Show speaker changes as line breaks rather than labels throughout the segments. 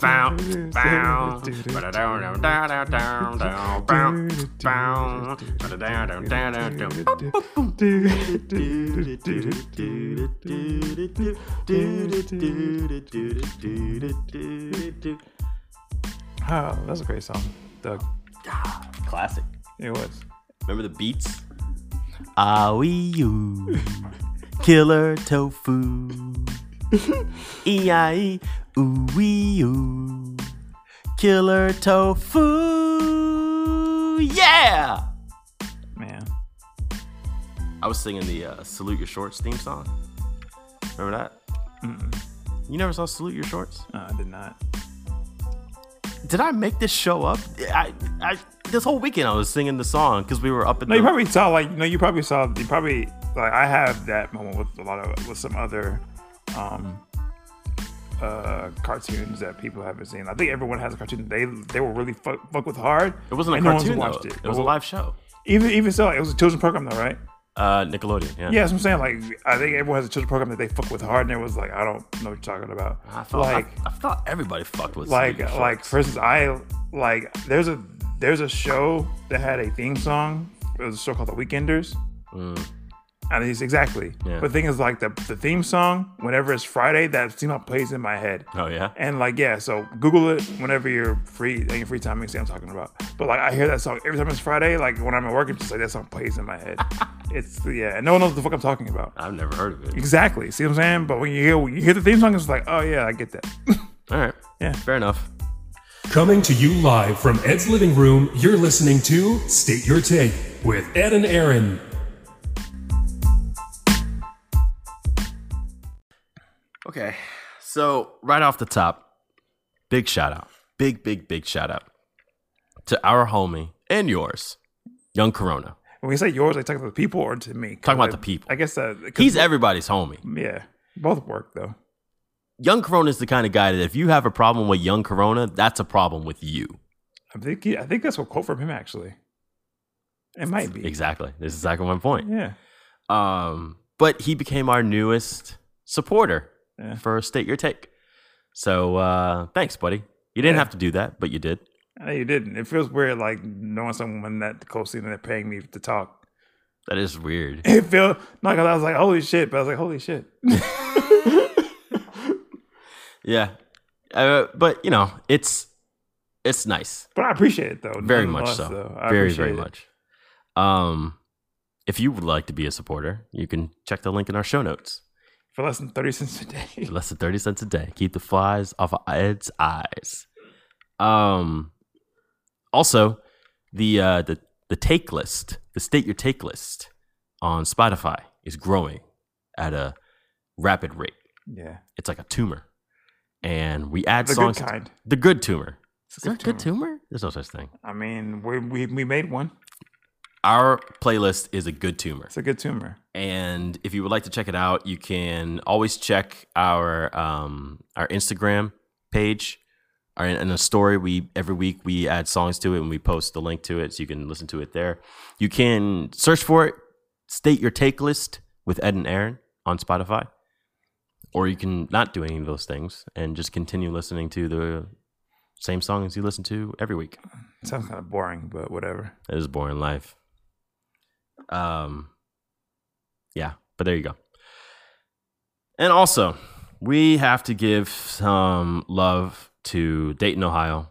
Bow, bow, ba-da-down, down, down, down, down, bow, bow, ba-da-down, down, down, down, down.
Oh, Oh, that's a great song, Doug.
Classic.
It was.
Remember the beats? Are we you? Killer tofu. E I E ooh wee ooh. Killer tofu. Yeah.
Man,
I was singing the uh, Salute Your Shorts theme song. Remember that? You never saw Salute Your Shorts?
no, I did not.
Did I make this show up? I, I this whole weekend I was singing the song because we were up at
No,
the
you probably saw like no, you probably saw you probably like I have that moment with a lot of with some other um uh cartoons that people haven't seen. I think everyone has a cartoon they they were really fuck, fuck with hard.
It wasn't a
and no one's
cartoon though.
watched
It.
It.
was a
Well,
live show.
Even even so, it was a children's program though, right?
Uh, Nickelodeon. Yeah.
Yeah, that's what I'm saying. Like I think everyone has a children's program that they fuck with hard, and it was like I don't know what you're talking about.
I thought
like
I, I thought everybody fucked with
like
Salute Your
like
Shorts.
for instance i like there's a there's a show that had a theme song it was a show called the weekenders and it's exactly
Yeah.
but the thing is like the, the theme song whenever it's friday that theme song plays in my head
Oh yeah.
and like yeah so google it whenever you're free in your free time you see what i'm talking about but like i hear that song every time it's friday like when i'm at work it's just like that song plays in my head it's yeah and no one knows what the fuck i'm talking about
I've never heard of it.
exactly see what i'm saying but when you hear when you hear the theme song it's like oh yeah i get that
All right.
Yeah.
Fair enough.
Coming to you live from Ed's living room, you're listening to State Your Take with Ed and Aaron.
Okay. So right off the top, big shout out, big big big shout out to our homie and yours, Young Corona.
When we say yours, I talk about the people or to me? 'Cause
Talking about
I-
the people.
I guess that
He's everybody's homie.
yeah. Both work though.
Young Corona is the kind of guy that if you have a problem with Young Corona, that's a problem with you.
I think he, I think that's a quote from him actually. It might be
Exactly. This is exactly my point.
yeah.
Um, but he became our newest supporter
Yeah.
for State Your Take. So uh, thanks, buddy. You didn't
Yeah.
have to do that, but you did.
I know you didn't. It feels weird like knowing someone that closely and they're paying me to talk.
That is weird.
It felt not because I was like holy shit, but I was like holy shit.
yeah. Uh, but you know, it's it's nice.
but I appreciate it though.
Very much so.
nonetheless, though. I
very,
appreciate
very
it.
much. Um if you would like to be a supporter, you can check the link in our show notes.
for less than thirty cents a day.
For less than 30 cents a day. Keep the flies off of Ed's eyes. Um also the uh the, the take list, the state your take list on Spotify is growing at a rapid rate.
yeah,
It's like a tumor. And we add
the
songs.
good kind.
The good tumor.
It's
Is there a good tumor? There's no such thing.
I mean, we, we we made one.
Our playlist is a good tumor.
It's a good tumor.
And if you would like to check it out, you can always check our um, our Instagram page. Our, in a story, we every week we add songs to it and we post the link to it, so you can listen to it there. You can search for it, state your take list with Ed and Aaron on Spotify, or you can not do any of those things and just continue listening to the same songs you listen to every week.
Sounds kind of boring, but whatever.
It is boring life. Um, yeah, but there you go. And also, we have to give some love to Dayton, Ohio,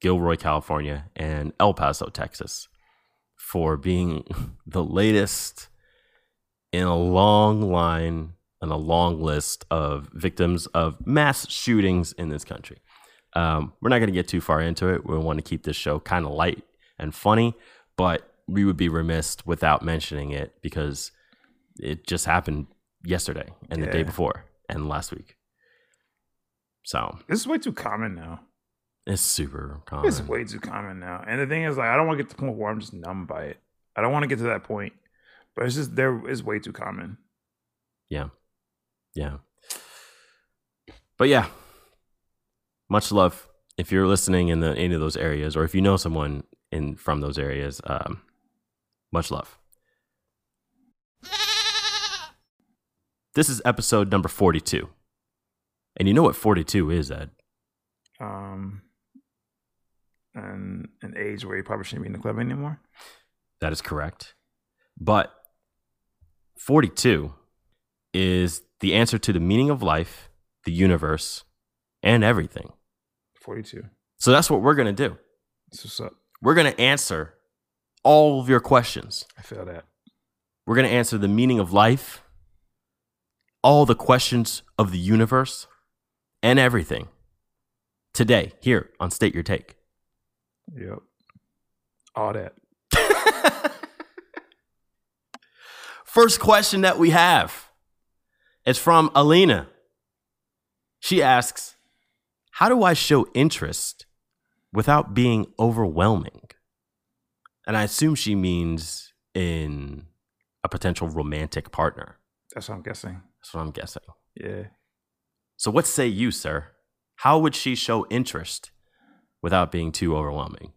Gilroy, California, and El Paso, Texas, for being the latest in a long line and a long list of victims of mass shootings in this country. Um, we're not going to get too far into it. We want to keep this show kind of light and funny, but we would be remiss without mentioning it because it just happened yesterday and the day
Yeah.
before and last week. So
This is way too common now.
it's super common.
It's way too common now. And the thing is, like, I don't want to get to the point where I'm just numb by it. I don't want to get to that point. But it's just there is way too common.
Yeah. Yeah. But yeah. Much love. If you're listening in the, any of those areas, or if you know someone in from those areas, um, much love. This is episode number 42. And you know what 42 is, Ed?
um, and an age where he probably shouldn't be in the club anymore.
That is correct. But 42 is the answer to the meaning of life, the universe, and everything.
42.
So that's what we're going to do.
That's what's up.
We're going to answer all of your questions.
I feel that.
We're going to answer the meaning of life, all the questions of the universe, and everything today here on State Your Take.
Yep. All that.
First question that we have is from Alina. She asks, How do I show interest without being overwhelming? And I assume she means in a potential romantic partner.
That's what I'm guessing.
That's what I'm guessing.
Yeah.
So, what say you, sir? How would she show interest without being too overwhelming?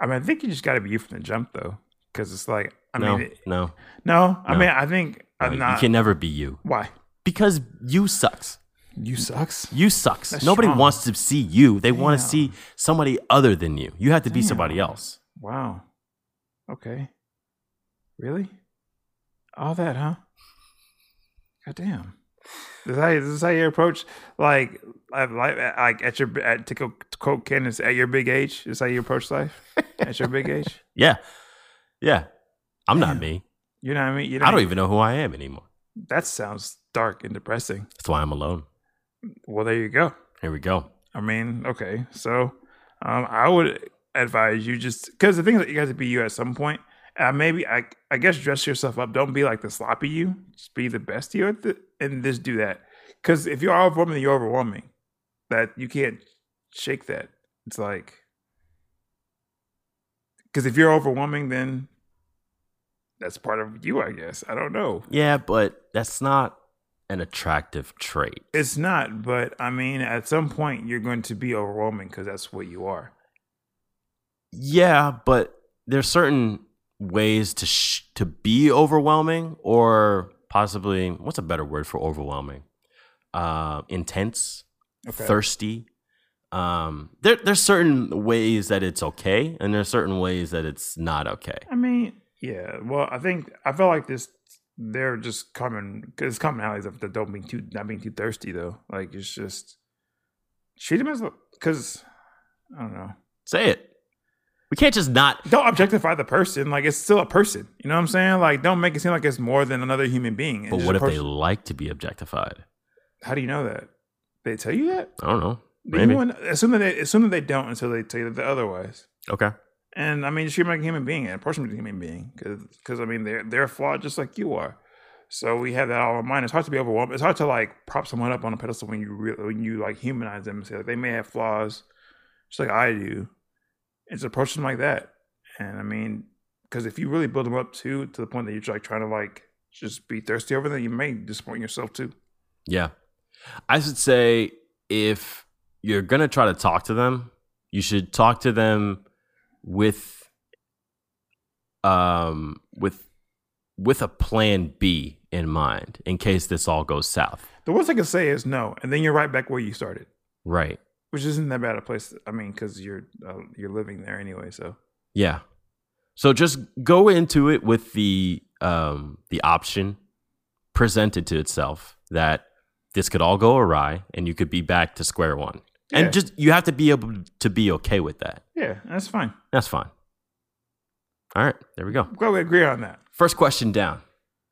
I mean, I think you just got to be you from the jump, though, because it's like, I
no,
mean, it,
no,
no, I
No.
mean, I think
no,
I'm not.
you can never be you
why?
because you sucks.
You sucks.
You sucks.
That's
Nobody
strong.
wants to see you. They want to
Damn.
see somebody other than you. You have to be somebody
Damn.
else.
Wow. Okay. Really? All that, huh? God damn. This is how you, this is how you approach like life, life like at your at to co- to quote Candace at your big age. This is how you approach life at your big age.
Yeah, yeah. I'm not
Damn.
me.
You know what I mean? You
I don't even know who I am anymore.
That sounds dark and depressing.
That's why I'm alone.
Well, there you go.
Here we go.
I mean, okay. So, um, I would advise you just because the thing is that you got to be you at some point. Uh, maybe I, I guess dress yourself up. Don't be like the sloppy you. Just be the best you at the, and just do that. Because if you're overwhelming, you're overwhelming. That you can't shake that. It's like because if you're overwhelming, then that's part of you, I guess. I don't know.
Yeah, but that's not an attractive trait.
It's not, but I mean, at some point, you're going to be overwhelming because that's what you are.
Yeah, but there's certain ways to sh- to be overwhelming or possibly what's a better word for overwhelming? Uh, intense, thirsty. Um, there there's certain ways that it's okay, and there's certain ways that it's not okay.
I mean, yeah. Well, I think I feel like this. They're just common. It's commonalities of the don't being too not being too thirsty though. Like it's just treat them as because I don't know.
Say it. We can't just not.
Don't objectify the person. Like it's still a person. You know what I'm saying? Like don't make it seem like it's more than another human being. It's
But
just
what
a
if they
person.
like to be objectified?
How do you know that? They tell you that.
I don't know.
But
Maybe.
You wouldn't, assume that they assume that they don't until they tell you that otherwise.
Okay.
And I mean, just treat them like a human being and approach them like a human being because I mean, they're they're flawed just like you are. So we have that all in mind. It's hard to be overwhelmed. It's hard to like prop someone up on a pedestal when you really, when you like humanize them and say like, they may have flaws, just like I do. It's approach them like that. And I mean, because if you really build them up too to the point that you're like trying to like just be thirsty over them, you may disappoint yourself too.
Yeah. I should say if you're going to try to talk to them, you should talk to them with um with with a plan B in mind in case this all goes south.
The worst I can say is no, and then you're right back where you started,
Right.
which isn't that bad a place. I mean, because you're uh, you're living there anyway, so.
Yeah. So just go into it with the um the option presented to itself that this could all go awry and you could be back to square one.
Yeah.
And just you have to be able to be okay with that.
Yeah, that's fine.
That's fine. All right, there we go.
I'm glad we agree on that.
First question down.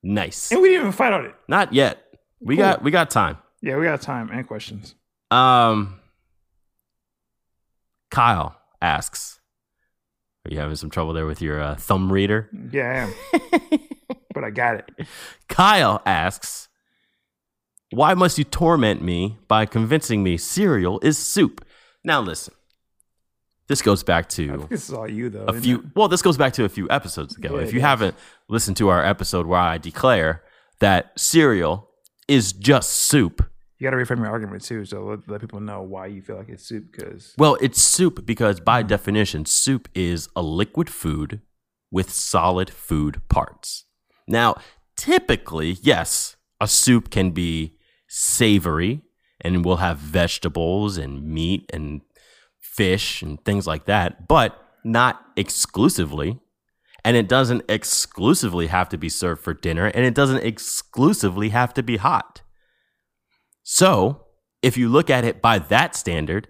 Nice.
And we didn't even fight on it.
Not yet. We
Cool.
got we got time.
Yeah, we got time and questions.
Um Kyle asks, "Are you having some trouble there with your uh, thumb reader?"
Yeah, I am. but I got it.
Kyle asks, Why must you torment me by convincing me cereal is soup? Now, listen, this goes back
I
to
think this is all you, though.
a
isn't
few, well, this goes back to a few episodes ago.
Yeah,
if
it
you
is.
haven't listened to our episode where I declare that cereal is just soup,
it? You got to reframe your argument, too, so let, let people know why you feel like it's soup, because
well, it's soup because by definition, soup is a liquid food with solid food parts. Now, typically, yes, a soup can be savory and we'll have vegetables and meat and fish and things like that, but not exclusively. And it doesn't exclusively have to be served for dinner, and it doesn't exclusively have to be hot. So, if you look at it by that standard,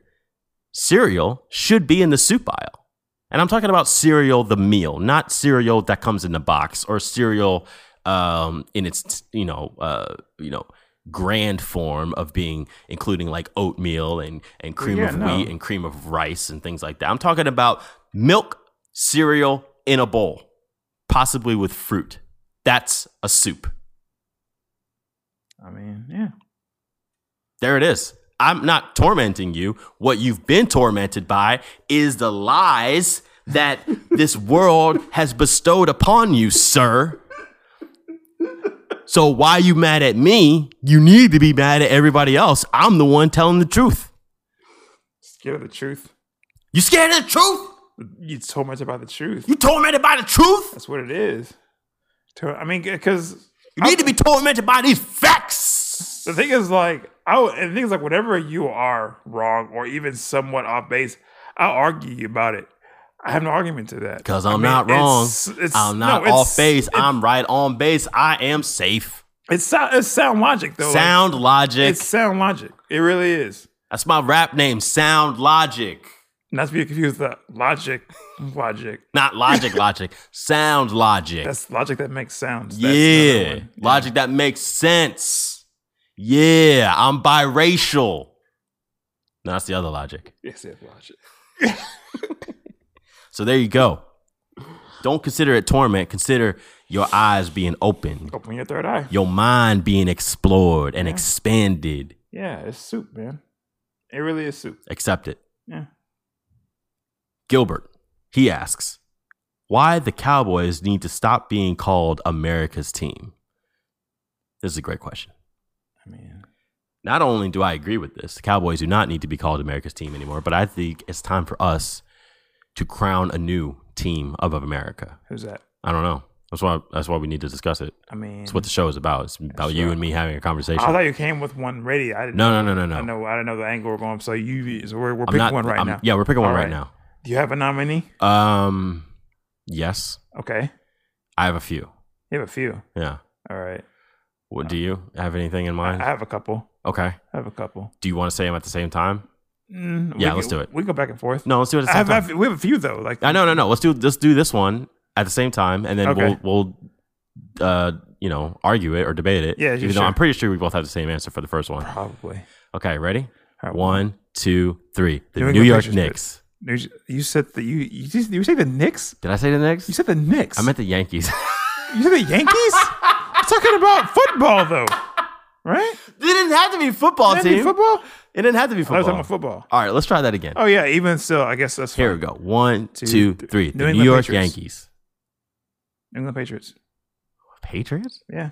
cereal should be in the soup aisle. And I'm talking about cereal, the meal, not cereal that comes in the box or cereal um, in its, you know, uh, you know, grand form of being including like oatmeal and and cream
yeah,
of
no.
wheat and cream of rice and things like that. I'm talking about milk, cereal in a bowl, possibly with fruit. That's a soup.
I mean, yeah.
There it is. I'm not tormenting you. What you've been tormented by is the lies that this world has bestowed upon you, sir. So why you mad at me? You need to be mad at everybody else. I'm the one telling the truth.
Scared of the truth.
You scared of the truth?
You so much about the truth.
You tormented by the truth?
That's what it is. To- I mean, because
You need to be tormented by these facts.
the thing is, like, I would- and the thing is, like, whenever you are wrong or even somewhat off base, I'll argue you about it. I have no argument to that.
Because
I
I'm
mean,
not wrong.
it's- it's-
I'm
no,
not
it's-
off base.
it-
I'm right on base. I am safe.
It's sound, it's sound logic, though. like,
Sound logic.
it's sound logic. It really is.
That's my rap name, Sound Logic.
Not to be confused with the logic, logic.
Not Logic Logic, Sound Logic.
That's logic that makes sounds. That's another
yeah.
one.
Logic that makes sense. Yeah, I'm biracial. No, that's the other logic.
Yes, yes, logic.
So there you go. Don't consider it torment. Consider your eyes being open,
Open your third eye.
your mind being explored and expanded.
Yeah, it's soup, man. It really is soup.
Accept it.
Yeah.
Gilbert, he asks, why the Cowboys need to stop being called America's team? This is a great question.
I mean,
Not only do I agree with this, the Cowboys do not need to be called America's team anymore, but I think it's time for us to crown a new team of America.
who's that?
I don't know. That's why that's why we need to discuss it.
I mean,
That's what the show is about. It's about you and me having a conversation.
I thought you came with one ready. I didn't.
No, no, no, no, no.
I know. I don't know the angle we're going. So you, so we're, we're
I'm
picking
not-
one right
I'm-
now.
Yeah, we're picking one
All
right.
right.
now.
Do you have a nominee?
Um, yes,
Okay,
I have a few.
you have a few.
Yeah.
All right,
What do you have anything in
I, I
mind?
have a couple.
Okay.
I have a couple.
Do you want to say them at the same time?
Mm, we
Yeah,
can-
let's do it.
We can go back and forth.
No, let's do it at the
I
same
have, I
time.
have. We have a few though. Like
I know, no, no. Let's do let's do this one at the same time, and then
Okay.
we'll we'll uh you know argue it or debate it.
Yeah,
even though
sure.
I'm pretty sure we both have the same answer for the first one.
Probably.
Okay, ready?
All right.
One, two, three. The
New
New,
England
York
Patriots,
Knicks.
There's- You said that you you just- you say the Knicks.
Did I say the Knicks?
You said the Knicks.
I meant the Yankees.
you said the Yankees. I'm talking about football though, right?
it didn't have to be football
That'd
team.
be football.
It didn't have to be
I was
football.
talking about football.
All right, let's try that again.
Oh yeah. Even still, I guess that's
Here
fine.
we go. One,
Two,
two,
three.
three.
New
The New
England
York
Patriots.
Yankees.
New England Patriots.
Patriots?
Yeah.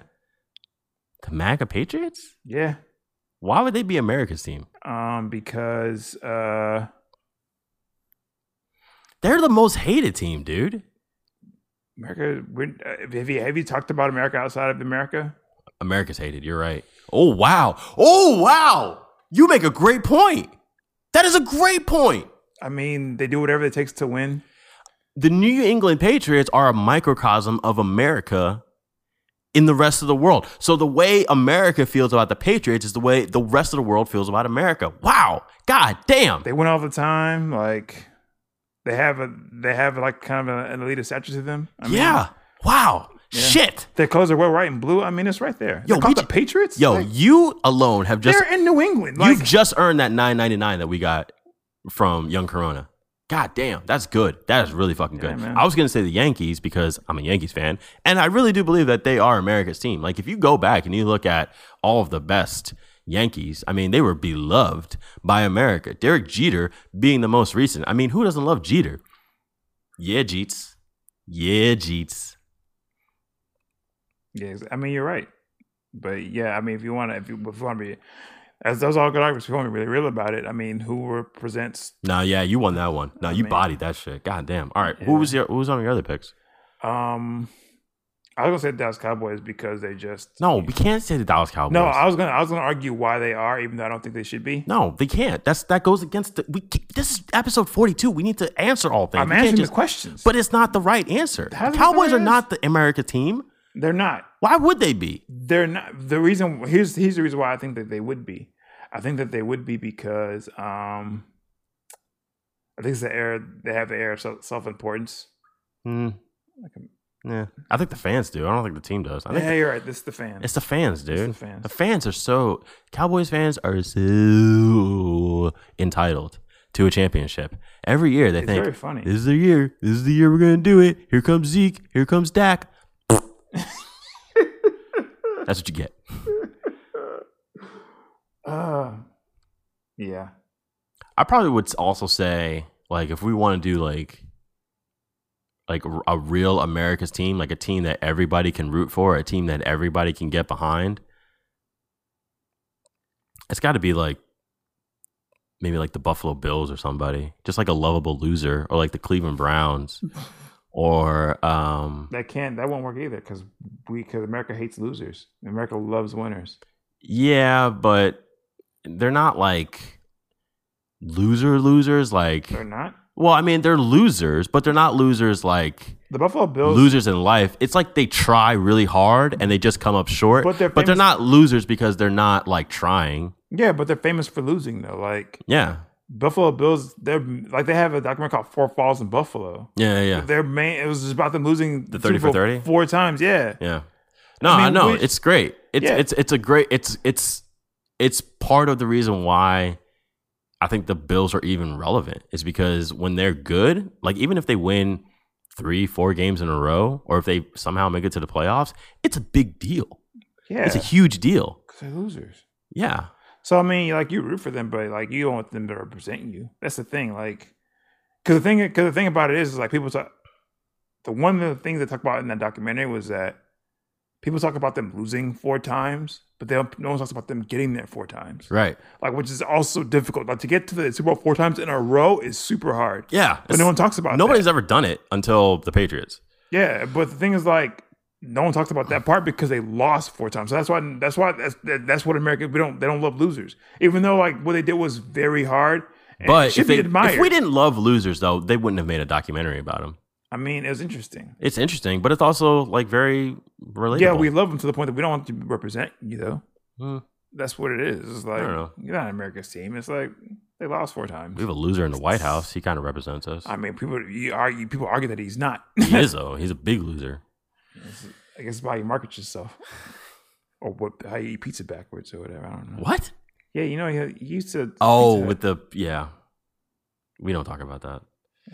The MAGA Patriots?
Yeah.
Why would they be America's team?
Um, because uh,
They're the most hated team, dude.
America. We're, uh, have you have you talked about America outside of America?
America's hated. You're right. Oh wow. Oh wow. You make a great point. That is a great point.
I mean, they do whatever it takes to win.
The New England Patriots are a microcosm of America in the rest of the world. So the way America feels about the Patriots is the way the rest of the world feels about America. Wow. God damn.
They win all the time. Like they have a they have like kind of a, an elitist stature to them. I mean,
yeah. Wow. Shit.
Their clothes are well right and blue. I mean, it's right there.
Yo,
They're called
we
the
j-
Patriots.
Yo,
Like,
you alone have just
they're in New England.
you
Like,
just earned that 9.99 that we got from Young Corona. God damn, that's good. That is really fucking good.
man.
I was gonna say the Yankees because I'm a Yankees fan, and I really do believe that they are America's team. Like if you go back and you look at all of the best Yankees, I mean they were beloved by America. Derek Jeter being the most recent. I mean, who doesn't love Jeter? Yeah, Jeets. Yeah, Jeets.
yeah, ex- I mean, you're right. But yeah, I mean, if you want to, if you, if you want to be, as those all good arguments, if you want to be really real about it, I mean, who represents
No, yeah, you won that one.
Oh,
No, you
mean-
bodied that shit. God damn. All right, who was your who was on your other picks?
Um, I was gonna say Dallas Cowboys because they just
No, we can't say the Dallas Cowboys.
no. I was gonna I was gonna argue why they are, even though I don't think they should be.
No, they can't. That's that goes against the. We ca- this is episode forty-two. We need to answer all things.
I'm
We can't
answering
just-
the questions,
but it's not the right answer. The
How's it the
Cowboys
right
are not the America team.
they're not.
Why would they be?
They're not. The reason here's here's the reason why I think that they would be. I think that they would be because um, I think it's the air they have the air of self importance.
Hmm. yeah, I think the fans do. I don't think the team does. I think
Yeah, you're right. This is the fan.
it's the fans, dude.
the
the,
fans.
fans. are so Cowboys fans are so entitled to a championship. Every year they
It's
think
very funny.
this is the year. This is the year we're gonna do it. Here comes Zeke. Here comes Dak. That's what you get.
Uh, yeah.
I probably would also say like if we want to do like like r- a real America's team, like a team that everybody can root for, a team that everybody can get behind. It's got to be like maybe like the Buffalo Bills or somebody, just like a lovable loser, or like the Cleveland Browns, or um,
That can't. That won't work either because we because America hates losers. America loves winners.
yeah, but they're not like loser losers. Like,
They're not.
well, I mean, they're losers, but they're not losers like.
The Buffalo Bills.
losers in life. It's like they try really hard and they just come up short.
But
But
they're
they're,
famous-
not losers because they're not like trying.
Yeah, but they're famous for losing though. Like
Yeah.
Buffalo Bills, they're like they have a document called Four Falls in Buffalo.
Yeah. Yeah.
Their main it was just about them losing
The
Super
30 for
Bowl
30?
four times. Yeah,
Yeah. No,
I
I,
mean,
know.
we-
it's great. It's,
Yeah.
it's, it's a great, it's, it's, it's part of the reason why I think the Bills are even relevant is because when they're good, like even if they win three, four games in a row, or if they somehow make it to the playoffs, it's a big deal.
yeah,
It's a huge deal.
'cause they're losers.
Yeah.
So I mean, like you root for them, but like you don't want them to represent you. That's the thing. Like, because the thing, because the thing about it is, is like people talk. The one of the things they talk about in that documentary was that people talk about them losing four times, but they don't, no one talks about them getting there four times.
Right.
Like, which is also difficult. Like to get to the Super Bowl four times in a row is super hard.
Yeah.
But no one talks about that.
Nobody's ever done it until the Patriots.
Yeah, but the thing is, like, no one talks about that part because they lost four times. So that's why. That's why. That's that- that's what America. We don't. They don't love losers. Even though like what they did was very hard. and it
But
should
if, they,
be admired.
if we didn't love losers, though, they wouldn't have made a documentary about them.
I mean, it was interesting.
It's interesting, but it's also like very relatable.
Yeah, we love them to the point that we don't want to represent you though.
Hmm.
That's what it is. It's like
don't know.
you're not America's team. It's like they lost four times.
we have a loser in the White House. He kind of represents us.
I mean, people you argue. People argue that he's not.
he is though. He's a big loser.
I guess it's how you market yourself, or what? How you eat pizza backwards or whatever. I don't know.
What?
Yeah, you know, he he used to.
Oh,
Pizza Hut.
with the yeah. We don't talk about that.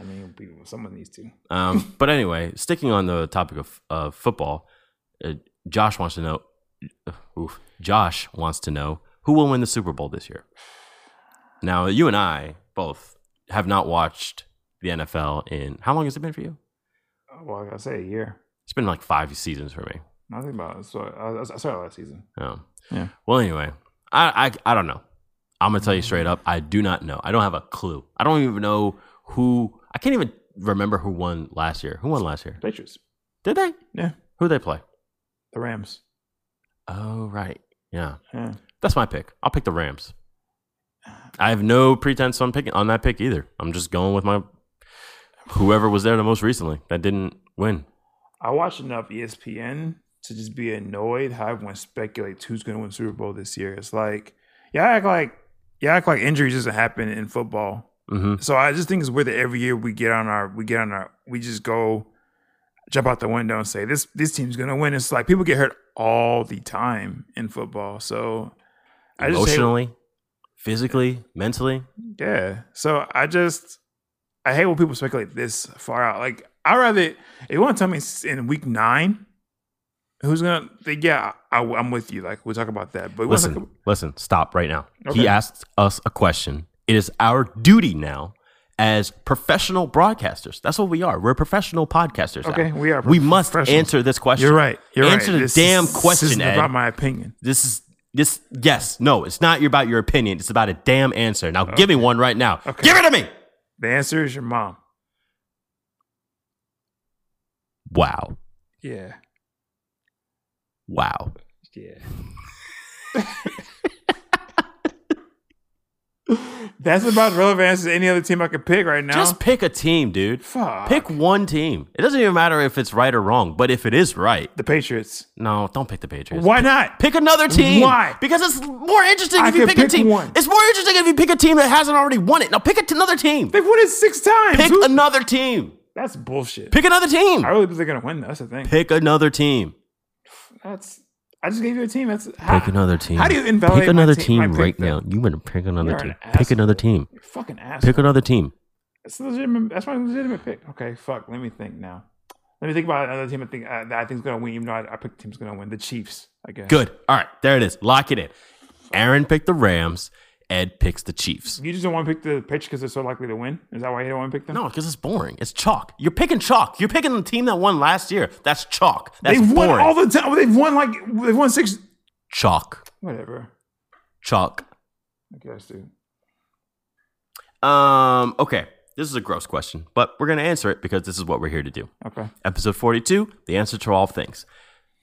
I mean, people, someone needs to.
Um, but anyway, sticking on the topic of uh, football, uh, Josh wants to know. uh, oof, Josh wants to know who will win the Super Bowl this year. Now, you and I both have not watched the NFL in how long has it been for you?
Well, I gotta say a year.
It's been like five seasons for me.
Nothing about it. So I, I started last season.
Um,
Yeah.
Well, anyway, I, I I don't know. I'm gonna tell you straight up. I do not know. I don't have a clue. I don't even know who. I can't even remember who won last year. Who won last year?
Patriots.
Did they?
Yeah.
Who they play?
The Rams.
Oh right. Yeah.
Yeah.
That's my pick. I'll pick the Rams.
Uh,
I have no pretense on picking on that pick either. I'm just going with my whoever was there the most recently that didn't win.
I watch enough E ESPN to just be annoyed how everyone speculates who's gonna win Super Bowl this year. It's like, yeah, act like yeah, act like injuries doesn't happen in football.
hmm
So I just think it's weird that every year we get on our we get on our we just go jump out the window and say this this team's gonna win. It's like people get hurt all the time in football. So I just hate
Emotionally, physically, mentally.
Yeah. So I just I hate when people speculate this far out. Like I rather if you want to tell me it's in week nine who's gonna think, yeah I, am with you. Like we'll talk about that. But we wanna talk
Listen,
ab-
listen, stop right now.
Okay.
He asked us a question. It is our duty now as professional broadcasters. That's what we are. We're professional podcasters. now.
Okay, we are
We must
professional.
answer this question.
you're right. You're
answer
right.
the
This
damn
is-
question,
This is
Ed.
about my opinion.
This is this. Yes, no. It's not about your opinion. It's about a damn answer. Now give me one right now.
Okay.
Give it to me.
The answer is your mom.
Wow.
Yeah.
Wow.
Yeah. That's about as relevant as any other team I could pick right now.
Just pick a team, dude.
Fuck.
Pick one team. It doesn't even matter if it's right or wrong, but if it is right,
the Patriots.
no, don't pick the Patriots.
Why not?
Pick another team.
Why?
Because it's more interesting
I
if you
can
pick, a
pick
team.
one.
It's more interesting if you pick a team that hasn't already won it. Now pick a- another team.
They've won it six times.
Pick
Who-
another team.
That's bullshit.
Pick another team.
I really think they're gonna win. though. That's the thing.
Pick another team.
That's. I just gave you a team. That's how,
pick another team.
Ah, How do you invalidate
Pick another
my team,
team
my pick,
right
though?
now. You better pick another
You're
team.
an
Pick another team.
You're a fucking ass.
Pick another team.
That's a legitimate. That's my legitimate pick. Okay, fuck. Let me think now. Let me think about another team. I think uh, that I think is gonna win. Even though I, I picked the team's gonna win. The Chiefs. I guess.
Good. All right, there it is. Lock it in. Aaron picked the Rams. Ed picks the Chiefs.
You just don't want to pick the Patriots because they're so likely to win. Is that why you don't want to pick them?
No, because it's boring. It's chalk. You're picking chalk. You're picking the team that won last year. That's chalk. That's
they've
boring.
won all the time. They've won like they've won six.
chalk.
Whatever.
Chalk.
I guess, dude.
Um, okay. This is a gross question, but we're going to answer it because this is what we're here to do.
Okay.
Episode 42, the answer to all things.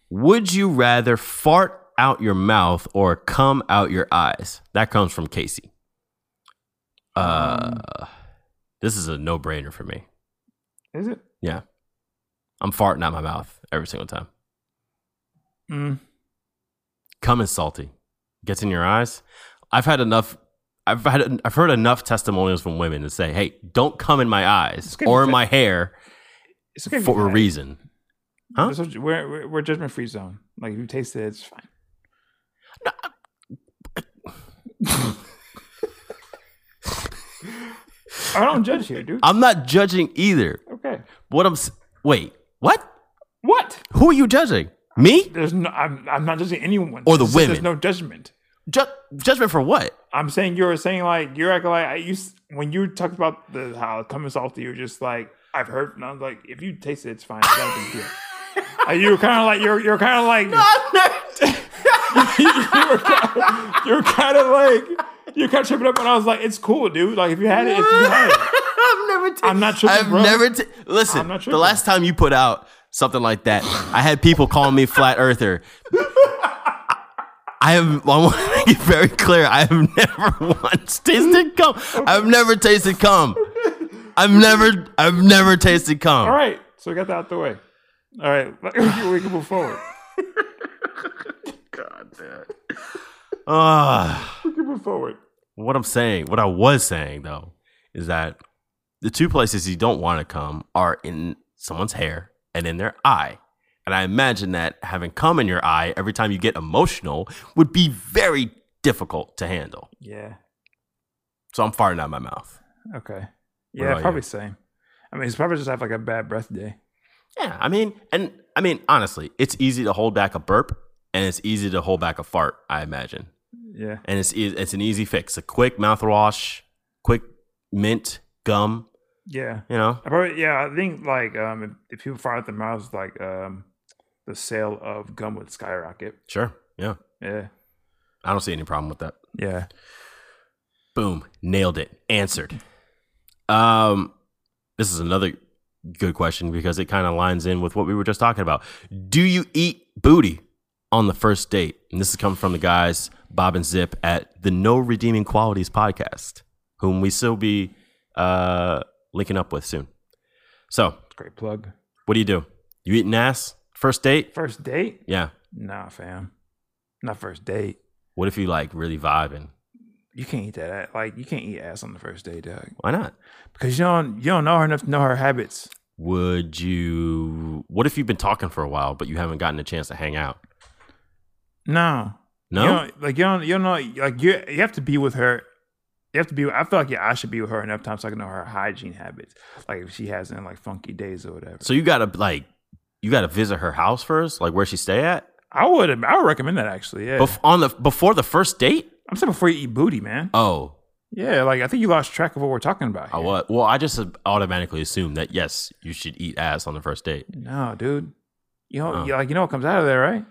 Would you rather fart out your mouth or come out your eyes? That comes from Casey. Uh, this is a no brainer for me.
Is it?
Yeah. I'm farting out my mouth every single time.
Mm.
Cum is salty. Gets in your eyes. I've had enough. I've had. I've heard enough testimonials from women to say, "Hey, don't come in my eyes
good
or
to-
my hair
It's okay. if you
for a
try it.
reason." Huh?
This is- We're, we're, we're judgment free zone. Like if you taste it, it's fine. I don't judge here, dude.
I'm not judging either.
Okay.
What I'm. s- Wait. What?
What?
Who are you judging? Me?
There's no. I'm, I'm not judging anyone.
Or the
It's just
women.
There's no judgment.
Ju- judgment for what?
I'm saying you're saying like you're acting like I used when you talked about the how it comes off to you. Just like I've heard, and I was like, if you taste it, it's fine. It's not a big deal. Like, you were kind of like you're you're kind of like you were kind of like you're kind of tripping up, and I was like, it's cool, dude. Like if you had it, it's you had it.
I've never. taken.
I'm not tripping,
I've
bro.
never. T- Listen,
I'm not
the
tripping.
last time you put out something like that, I had people call me flat earther. I have. I want to make it very clear. I have never once tasted cum. I've never tasted cum. I've never. I've never tasted cum.
All right, so we got that out the way. All right, we can, we can move forward.
Ah,
We can move forward.
what I'm saying, what I was saying though, is that the two places you don't want to come are in someone's hair and in their eye. And I imagine that having cum in your eye every time you get emotional would be very difficult to handle.
Yeah.
So I'm farting out my mouth.
Okay.
about
Yeah,
you?
probably same. I mean, it's probably just have like a bad breath day.
Yeah, I mean, and I mean, honestly, it's easy to hold back a burp and it's easy to hold back a fart, I imagine.
Yeah.
And it's e- it's an easy fix. A quick mouthwash, quick mint gum,
Yeah.
you know.
I probably yeah, I think like um if, if people fire out their mouths like um the sale of gum would skyrocket.
Sure. Yeah.
Yeah.
I don't see any problem with that.
Yeah.
Boom, nailed it. Answered. Um, this is another good question because it kind of lines in with what we were just talking about. Do you eat booty on the first date? And this is coming from the guys Bob and Zip at the No Redeeming Qualities podcast, whom we still be uh, linking up with soon. So,
Great plug.
what do you do? You eating ass first date?
First date?
Yeah.
Nah, fam. Not first date.
What if you like really vibing?
You can't eat that ass. like you can't eat ass on the first date, dog.
Why not?
Because you don't you don't know her enough to know her habits.
Would you? What if you've been talking for a while but you haven't gotten a chance to hang out?
No.
No.
You don't, like you don't you don't know like you you have to be with her. You have to be I feel like yeah, I should be with her enough times so I can know her hygiene habits. Like if she has any like funky days or whatever.
So you gotta like, you gotta visit her house first, like where she stay at,
I would I would recommend that actually. Yeah.
Bef- on the before the first date.
I'm saying before you eat booty, man.
Oh,
Yeah, like I think you lost track of what we're talking about.
I
here.
what? Well, I just uh, automatically assume that yes, you should eat ass on the first date.
No, dude. You know,
Oh.
you, like you know what comes out of there, right?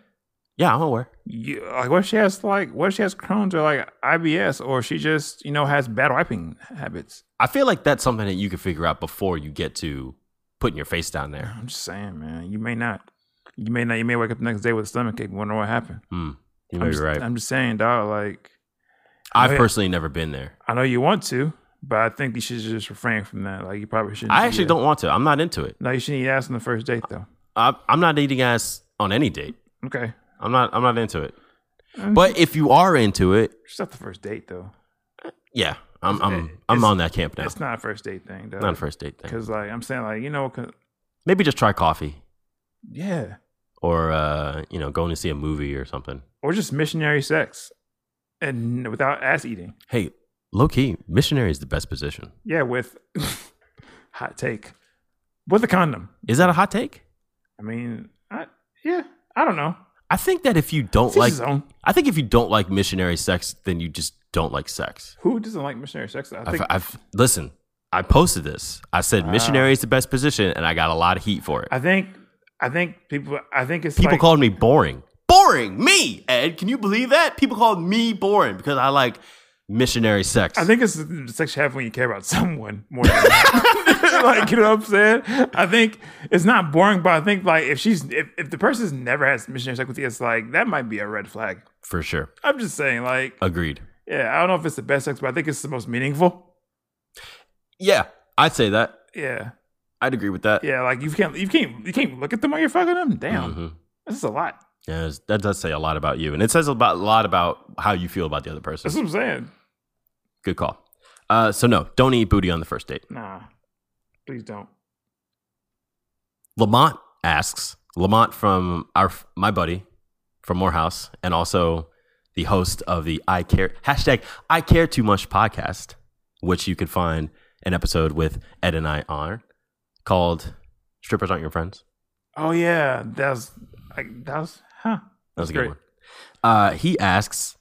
Yeah, I'm aware.
You, like what if she has like what if she has Crohn's or like IBS or she just you know has bad wiping habits.
I feel like that's something that you can figure out before you get to putting your face down there.
I'm just saying, man. You may not. You may not. You may wake up the next day with a stomach ache, and wonder what happened.
Mm, you
I'm
may be
just,
right.
I'm just saying, dog. Like
I've
yeah.
personally never been there.
I know you want to, but I think you should just refrain from that. Like you probably shouldn't.
I
eat
actually
ass.
don't want to. I'm not into it.
No, you shouldn't eat ass on the first date, though.
I, I'm not eating ass on any date.
Okay,
I'm not. I'm not into it.
Mm.
But if you are into it,
it's not the first date though.
yeah, I'm. I'm.
It's-
I'm on that camp now.
It's not a first date thing, though.
Not a first date thing.
Because like I'm saying, like you know, 'cause-
Maybe just try coffee
yeah,
or uh, you know, going to see a movie or something.
or just missionary sex, and without ass eating.
Hey, low key, missionary is the best position.
Yeah, with hot take, with a condom.
Is that a hot take?
I mean, I, yeah, I don't know.
I think that if you don't
It's
like,
his own.
I think if you don't like missionary sex, then you just don't like sex.
Who doesn't like missionary sex? I
I've,
think
I've listen. I posted this. I said missionary is the best position, and I got a lot of heat for it.
I think I think people I think it's
People
like,
called me boring. Boring me, Ed. Can you believe that? People called me boring because I like missionary sex.
I think it's the sex you have when you care about someone more than like you know what I'm saying. I think it's not boring, but I think like if she's if, if the person's never has missionary sex with you, it's like that might be a red flag.
for sure.
I'm just saying, like
Agreed.
yeah, I don't know if it's the best sex, but I think it's the most meaningful.
Yeah, I'd say that.
Yeah,
I'd agree with that.
yeah, like you can't you can't you can't look at them while you're fucking them. Damn,
Mhm.
this is a lot.
Yeah, it's- that does say a lot about you, and it says about a lot about how you feel about the other person.
That's what I'm saying.
Good call. Uh, so no, don't eat booty on the first date.
Nah, please don't.
Lamont asks Lamont from our my buddy from Morehouse, and also the host of the I care hashtag I care too much podcast, which you can find an episode with Ed and I on called "Strippers Aren't Your Friends."
Oh yeah, that's like that was huh.
That was a
That's
good
great.
one. Uh, he asks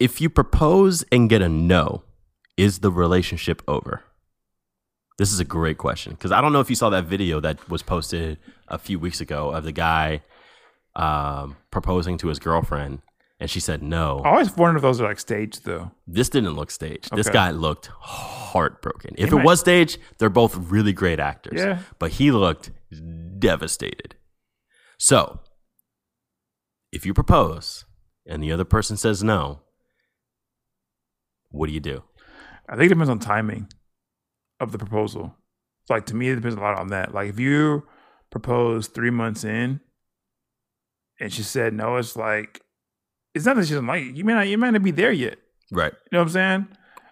if you propose and get a no, is the relationship over? This is a great question because I don't know if you saw that video that was posted a few weeks ago of the guy um, proposing to his girlfriend, and she said no.
I always wonder if those are like staged though.
This didn't look staged. This
Okay.
guy looked heartbroken. If
He
it
might-
was staged, they're both really great actors.
Yeah.
But he looked devastated. So, if you propose and the other person says no, what do you do?
I think it depends on timing of the proposal. So, like to me, it depends a lot on that. Like if you propose three months in, and she said no, it's like it's not that she doesn't like it. You may not you may not be there yet.
Right.
You know what I'm saying?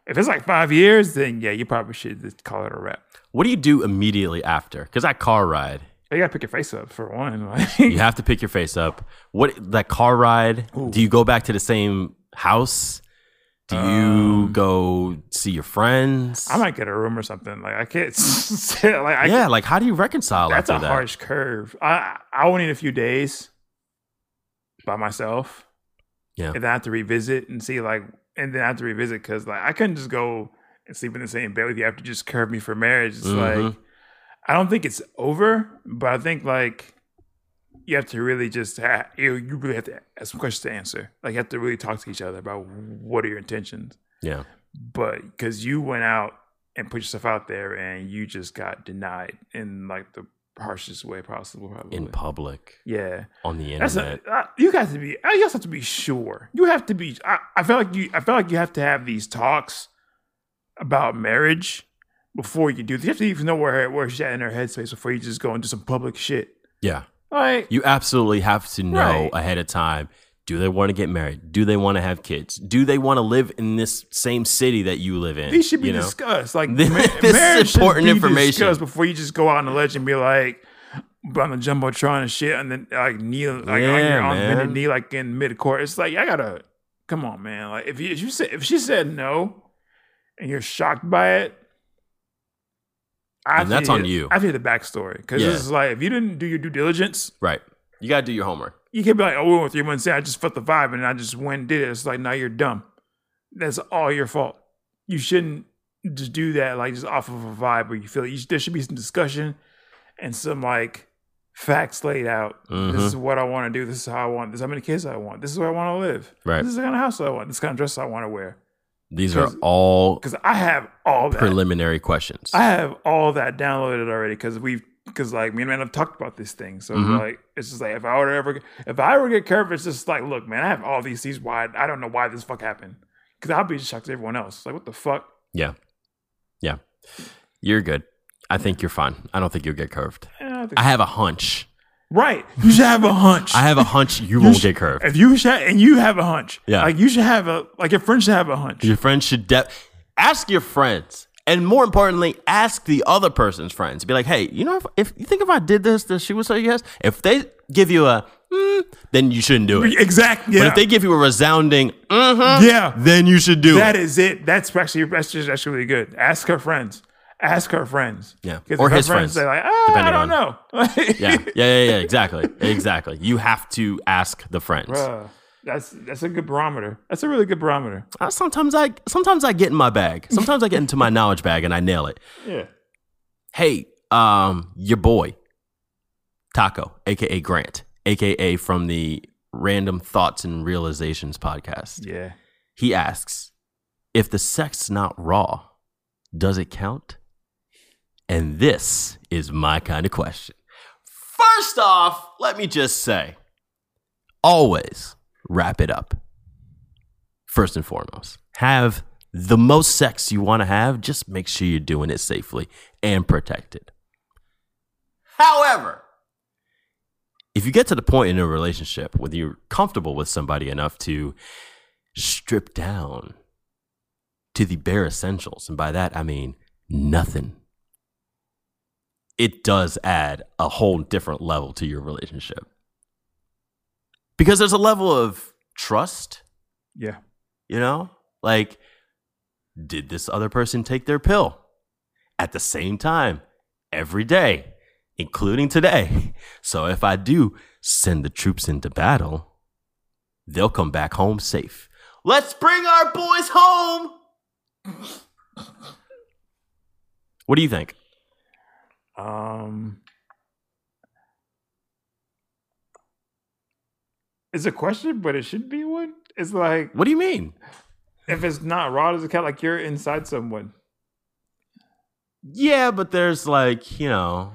If it's like five years, then yeah, you probably should just call it a wrap.
What do you do immediately after? Because that car ride,
You gotta pick your face up for one. Like,
you have to pick your face up. What that car ride?
Ooh.
Do you go back to the same house? Do you
Um,
go see your friends?
I might get a room or something. Like I can't say like I
yeah, like how do you reconcile
that's
after
a
that?
harsh curve. I I will need a few days by myself.
Yeah.
And then I have to revisit and see like and then I have to revisit because like I couldn't just go and sleep in the same bed with you after just curve me for marriage. It's like
Mhm.
I don't think it's over, but I think like you have to really just ha- you you really have to have some questions to answer. Like you have to really talk to each other about what are your intentions
Yeah.
but because you went out and put yourself out there and you just got denied in like the harshest way possible probably
in public
yeah
on the
that's a,
internet.
uh, you got to be you also have to be sure you have to be I, I feel like you i feel like you have to have these talks about marriage before you do this. you have to even know where her, where she's at in her headspace before you just go and do some public shit
yeah,
like
you absolutely have to know
Right.
ahead of time. Do they want to get married? Do they want to have kids? Do they want to live in this same city that you live in?
these should be
you know?
discussed. Like
This
ma-
is
marriage should
important
be
information.
discussed before you just go out on a ledge and be like on the jumbotron and shit, and then like kneel like on
Yeah,
your on
man.
bended knee like in mid court. It's like I gotta come on, man. Like if you, if you said if she said no, and you're shocked by it. I
Then that's
think-
on you.
I think the backstory because
Yeah.
this is like if you didn't do your due diligence,
Right. You got to do your homework.
you can't be like, "Oh, we went three months in. I just felt the vibe, and I just went and did it." It's like, now you're dumb. That's all your fault. You shouldn't just do that, like just off of a vibe where you feel. You, there should be some discussion and some like facts laid out. This
Mhm.
is what I want to do. This is how I want. This is how many kids I want. This is where I want to live.
Right.
This is the kind of house I want. This kind of dress I want to wear.
These are
'Cause-
all
Because I have all that.
preliminary questions.
I have all that downloaded already. Because we've because like me and man have talked about this thing. So
Mhm.
like it's just like if I were to ever if I ever get curved, it's just like look, man, I have all these seats wide. I don't know why this fuck happened because I'll be shocked as everyone else. Like what the fuck?
You're good. I think you're fine. I don't think you'll get curved.
Eh, I think-
I have a hunch.
right, you should have a hunch.
I have a hunch you won't
sh-
get curved.
if you should, and you have a hunch.
Yeah.
like you should have a like your friend should have a hunch.
Your friends should de- ask your friends, and more importantly, ask the other person's friends. Be like, hey, you know, if, if you think if I did this, then she would say yes. If they give you a, mm, then you shouldn't do it.
Exactly.
But
Yeah.
if they give you a resounding, mm-hmm,
yeah.
then you should do
That
it.
is it. That's actually that's just actually really good. Ask her friends. Ask her friends.
Yeah.
'Cause
Or
if her
his friends,
They're like, ah, I
depending
don't know.
yeah, yeah, yeah, yeah. Exactly, exactly. You have to ask the friends.
Bruh, that's that's a good barometer. That's a really good barometer.
I, Uh, sometimes I, sometimes I get in my bag. Sometimes I get into my knowledge bag and I nail it.
Yeah.
hey, um, your boy, Taco, aka Grant, aka from the Random Thoughts and Realizations podcast.
Yeah.
He asks, if the sex's not raw, does it count? And this is my kind of question. First off, let me just say, always wrap it up. First and foremost, have the most sex you want to have, just make sure you're doing it safely and protected. However, if you get to the point in a relationship where you're comfortable with somebody enough to strip down to the bare essentials, and by that I mean nothing, it does add a whole different level to your relationship. Because there's a level of trust
Yeah.
you know? Like, did this other person take their pill at the same time every day, including today? So if I do send the troops into battle, they'll come back home safe. Let's bring our boys home. What do you think?
Um. It's a question, but it should be one. It's like
What do you mean?
if it's not raw, does it count? Like you're inside someone.
Yeah, but there's like, you know,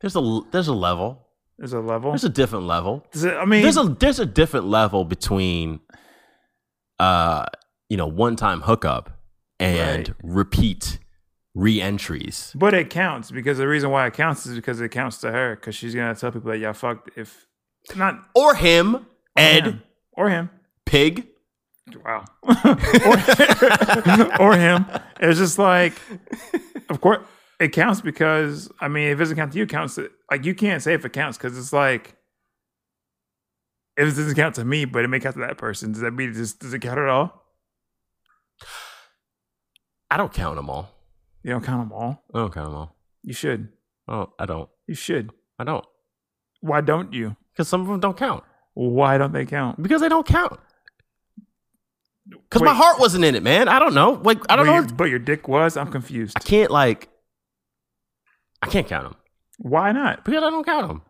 there's a there's a level.
There's a level.
There's a different level.
Does it- I mean,
there's a there's a different level between uh you know one time hookup and
Right.
repeat re-entries
But it counts because the reason why it counts is because it counts to her because she's gonna tell people that y'all fucked if not
or him ed
him. or him.
pig
Wow. or, or him. It's just like, of course, it counts because I mean, if it doesn't count to you, it counts to, like you can't say if it counts because it's like. If it doesn't count to me, but it may count to that person, does that mean it just does it count at all?
i don't count them all
You don't count them all.
i don't count them all
You should.
oh i don't
You should.
i don't
Why don't you?
because some of them don't count
Why don't they count?
because they don't count because
Wait.
my heart wasn't in it man i don't know like i don't
But your-
know
but your dick was. I'm confused.
i can't like i can't count them
Why not?
because i don't count them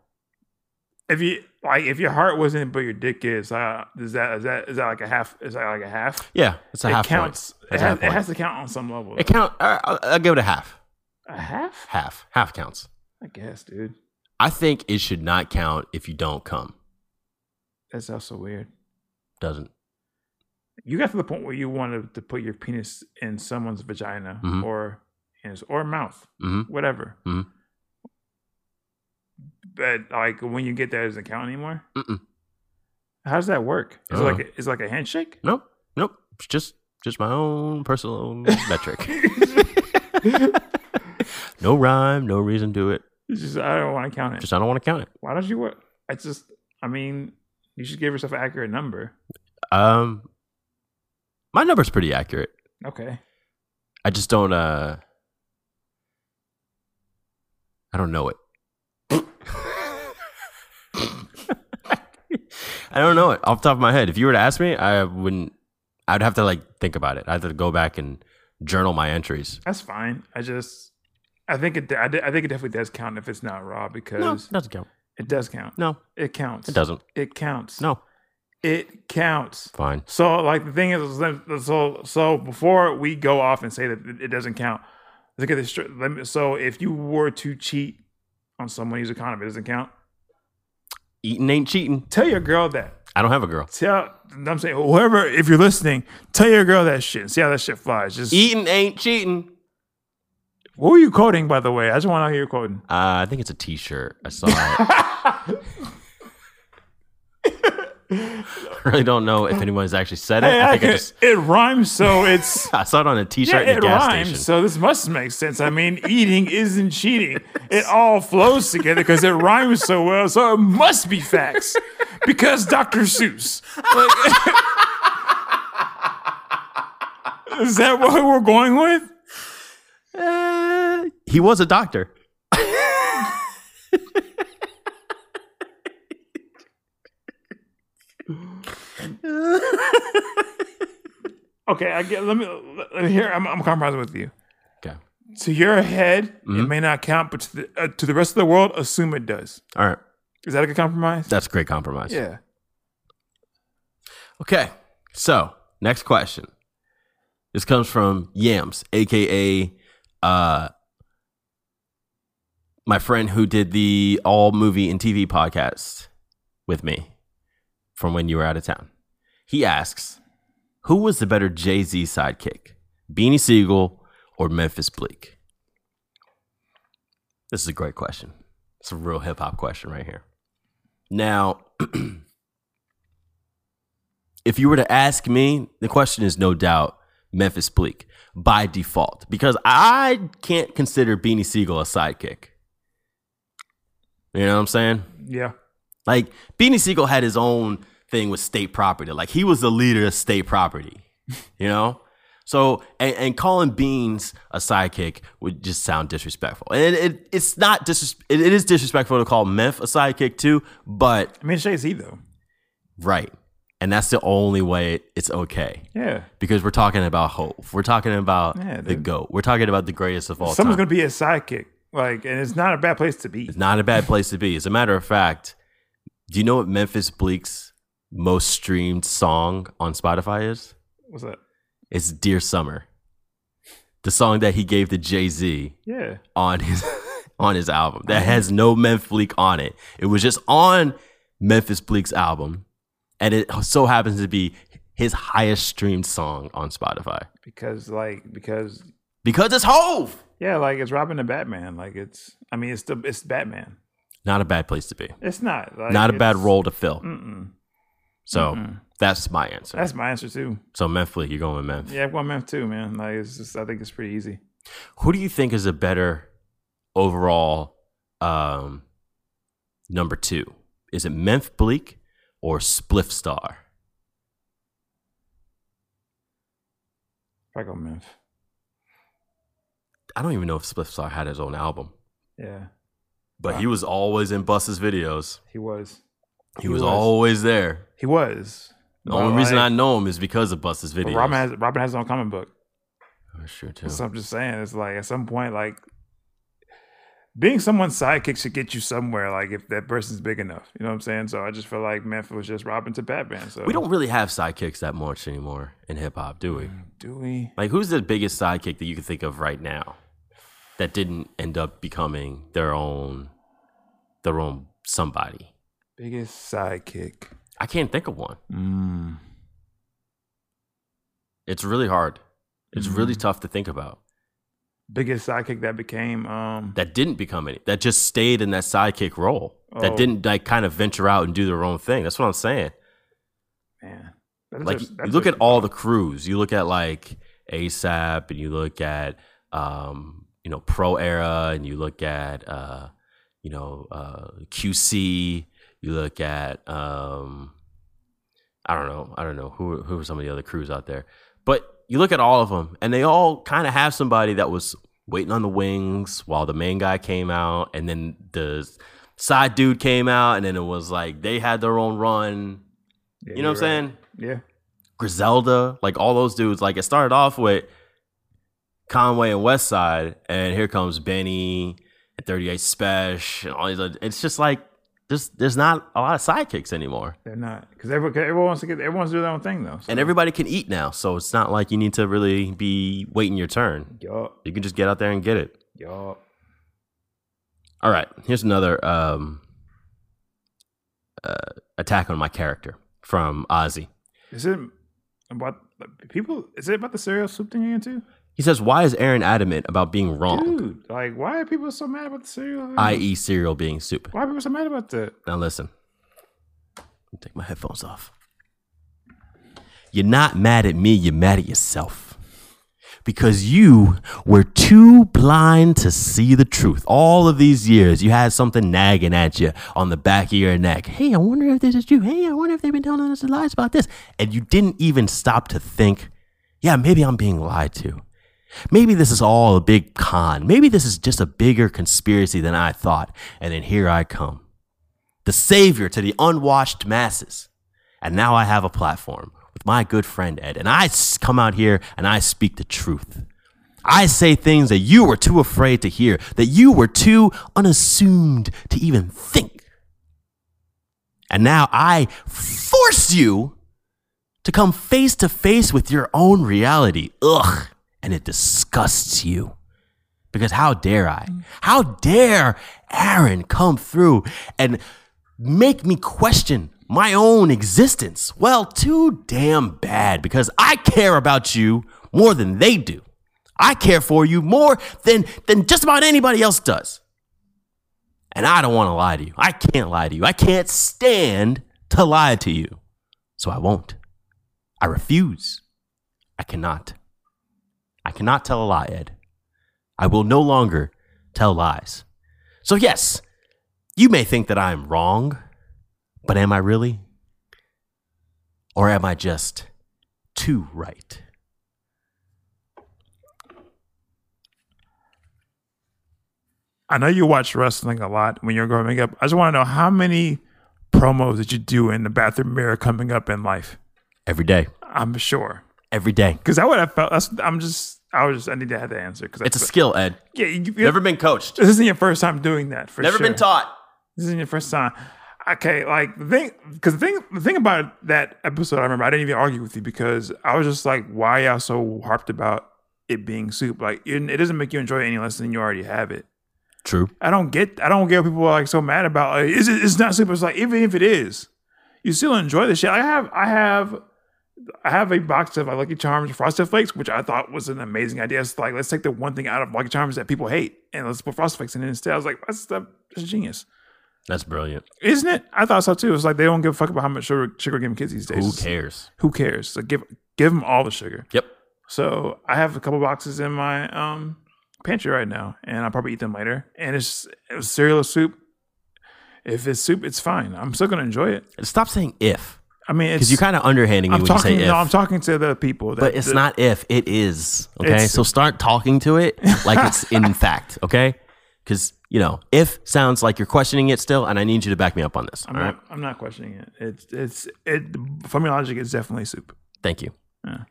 If you like, if your heart wasn't, but your dick is, uh, is that is that is that like a half? Is that like a half?
yeah it's a
it
half
counts.
point.
It
It's a
has,
half
it
point.
has to count on some level.
It count. I, I, I'll give it a half.
a half?
Half. Half counts.
I guess, dude.
I think it should not count if you don't come.
That's also weird.
Doesn't.
You got to the point where you wanted to put your penis in someone's vagina
Mhm.
or his or mouth,
hmm
whatever.
Mhm.
But like when you get there, it doesn't count anymore.
Mm-mm.
How does that work? Is it
Oh.
like a, is it like a handshake?
Nope. Nope. It's just just my own personal metric. no rhyme. No reason to it.
It's just I don't want to count it.
Just I don't want to count it.
Why don't you? wa- It's just I mean, you should give yourself an accurate number.
Um, my number's pretty accurate.
Okay.
I just don't. Uh, I don't know it. I don't know it off the top of my head. If you were to ask me, I wouldn't. I'd have to like think about it. I would have to go back and journal my entries.
That's fine. I just, I think it. I, de- I think it definitely does count if it's not raw because
No, doesn't count.
it does count.
No,
It counts.
it doesn't.
It counts.
No,
It counts.
fine.
So like the thing is, so so before we go off and say that it doesn't count, Let's get this straight. Let me- So if you were to cheat on someone's economy, does it count?
Eating ain't cheating.
Tell your girl that.
I don't have a girl.
Tell I'm saying whoever, if you're listening, tell your girl that shit. and See how that shit flies. Just
Eating ain't cheating.
what were you quoting, by the way? I just want to hear you quoting.
Uh, I think it's a T-shirt. I saw it. I really don't know if anyone's actually said it.
Hey,
I
I
think I
can-
just
it rhymes, so it's
I saw it on a
yeah,
T-shirt in
it
a gas
rhymes.
station.
So this must make sense. I mean, eating isn't cheating. It all flows together because it rhymes so well. So it must be facts because Dr. Seuss. Like- is that what we're going with?
Uh, he was a doctor.
Okay, I get. Let me. Let me hear. I'm, I'm compromising with you.
Okay.
To your head,
Mm-hmm.
it may not count, but to the, uh, to the rest of the world, assume it does.
All right.
Is that a good compromise?
That's a great compromise.
Yeah.
Okay. So next question. This comes from Yams, aka uh my friend who did the all movie and TV podcast with me from when you were out of town. He asks, Who was the better Jay Z sidekick? Beanie Siegel or Memphis Bleak? This is a great question. It's a real hip hop question right here. Now, if you were to ask me, the question is no doubt Memphis Bleak by default because I can't consider Beanie Siegel a sidekick. You know what I'm saying?
Yeah.
Like Beanie Siegel had his own thing with state property. Like he was the leader of state property. You know? So and, and calling Beans a sidekick would just sound disrespectful. And it, it it's not dis it, it is disrespectful to call Memph a sidekick too, but
I mean, Jay Z though.
right. And that's the only way it's okay.
Yeah.
Because we're talking about hope. We're talking about
Yeah,
the
dude.
GOAT. We're talking about the greatest of all
Someone's
time.
gonna be a sidekick. Like, and it's not a bad place to be.
It's not a bad place to be. As a matter of fact, do you know what Memphis Bleak's most streamed song on Spotify is?
What's that?
It's Dear Summer. The song that he gave to Jay-Z
Yeah.
on his on his album. That has no Memphis Bleak on it. It was just on Memphis Bleak's album. And it so happens to be his highest streamed song on Spotify.
Because like because
Because it's Hove.
yeah, like it's Robin and Batman. Like it's I mean it's the it's Batman.
Not a bad place to be.
It's not like,
Not a bad
it's-
role to fill.
Mm-mm.
So that's my answer.
That's my answer too.
so Memphis Bleak, you're going with Memphis.
Yeah, one man too, man. Like it's just I think it's pretty easy.
Who do you think is a better overall um, number two? Is it Memph Bleak or Spliff Star?
Probably go Memph.
I don't even know if Spliff Star had his own album,
Yeah,
but he was always in Buster's videos.
he was.
He, was,
was.
always there.
He was.
The
But,
only reason I
like,
know him is because of Buster's
but
videos.
Robin has Robin has his own comic book.
Oh, sure too.
So I'm just saying, it's like at some point, like being someone's sidekick should get you somewhere. Like if that person's big enough, you know what I'm saying. So I just feel like Memphis was just Robin to Batman. So
We don't really have sidekicks that much anymore in hip hop, do we?
do we?
Like, who's the biggest sidekick that you can think of right now that didn't end up becoming their own, their own somebody?
Biggest sidekick.
I can't think of one.
Mm.
It's really hard. It's really tough to think about.
Biggest sidekick that became. Um,
That didn't become any. That just stayed in that sidekick role. That
Oh.
didn't like kind of venture out and do their own thing. That's what I'm saying.
man, That's
like
just-
you
that's
look at
just-
all the crews. You look at like ASAP, and you look at um, you know Pro Era, and you look at uh, you know uh, QC. You look at um, I don't know, I don't know who who are some of the other crews out there, but you look at all of them, and they all kind of have somebody that was waiting on the wings while the main guy came out, and then the side dude came out, and then it was like they had their own run.
Yeah,
you know what
you're
I'm
right.
saying?
Yeah.
Griselda, like all those dudes. Like it started off with Conway and Westside, and here comes Benny and 38 Special. And all these other, it's just like there's there's not a lot of sidekicks anymore,
They're not because everyone, 'cause everyone wants to get everyone wants to do their own thing though. So.
and everybody can eat now. So it's not like you need to really be waiting your turn.
yup,
You can just get out there and get it.
yup.
All right, here's another um, uh, attack on my character from Ozzy.
Is it about like, people? Is it about the cereal soup thing again too?
He says, "Why is Aaron adamant about being wrong,
Dude, like why are people so mad about the cereal?
i.e., cereal being soup?"
why are people so mad about that?
Now listen. Let me Take my headphones off. You're not mad at me, you're mad at yourself. Because you were too blind to see the truth. All of these years, you had something nagging at you on the back of your neck. Hey, I wonder if this is true. Hey, I wonder if they've been telling us lies about this. And you didn't even stop to think, yeah, maybe I'm being lied to. Maybe this is all a big con. Maybe this is just a bigger conspiracy than I thought. And then here I come the savior to the unwashed masses. And now I have a platform with my good friend Ed, and I s- come out here and I speak the truth. I say things that you were too afraid to hear, that you were too unassumed to even think. And now I force you to come face to face with your own reality. Ugh. And it disgusts you. Because how dare I? How dare Aaron come through and make me question my own existence? Well, too damn bad because I care about you more than they do. I care for you more than, than just about anybody else does. And I don't want to lie to you. I can't lie to you. I can't stand to lie to you. So I won't. I refuse. I cannot. I cannot tell a lie, Ed. I will no longer tell lies. So, yes, you may think that I am wrong, but am I really? Or am I just too right?
I know you watch wrestling a lot when you're growing up. I just want to know how many promos did you do in the bathroom mirror coming up in life?
Every day,
I'm sure
every day.
because I would have felt. That's, I'm just. I was just. I need to have the answer because
It's a skill, Ed.
yeah. You, you-
Never been coached,
This isn't your first time doing that. For
never
sure.
been taught.
This isn't your first time. Okay, like the thing, because the thing, the thing about that episode, I remember I didn't even argue with you because I was just like, why y'all so harped about it being soup? Like, it, it doesn't make you enjoy it any less than you already have it.
True.
I don't get, I don't get what people are like so mad about. Like, is it? It's not soup. It's like even if it is, you still enjoy the shit. I have, I have, I have a box of like Lucky Charms Frosted Flakes, which I thought was an amazing idea. It's like let's take the one thing out of Lucky Charms that people hate and let's put Frosted Flakes in it instead. I was like, that's that's genius
That's brilliant.
isn't it? I thought so too. It's like they don't give a fuck about how much sugar sugar we give them kids these days.
Who cares?
Who cares? So give give them all the sugar.
Yep.
So I have a couple boxes in my um pantry right now, and I'll probably eat them later. And it's, it's cereal or soup. If it's soup, it's fine. I'm still gonna enjoy it.
Stop saying if,
I mean, it's
because you're kind of underhanding me
I'm
when
talking.
you say if.
no, I'm talking to the people. That,
but it's
that-
not if, it is. Okay.
It's-
So start talking to it like it's in fact. Okay. Because, you know, if sounds like you're questioning it still, and I need you to back me up on this.
I'm
all
not.
right.
I'm not questioning it. It's it's it. For me, logic is definitely soup.
Thank you.
Yeah.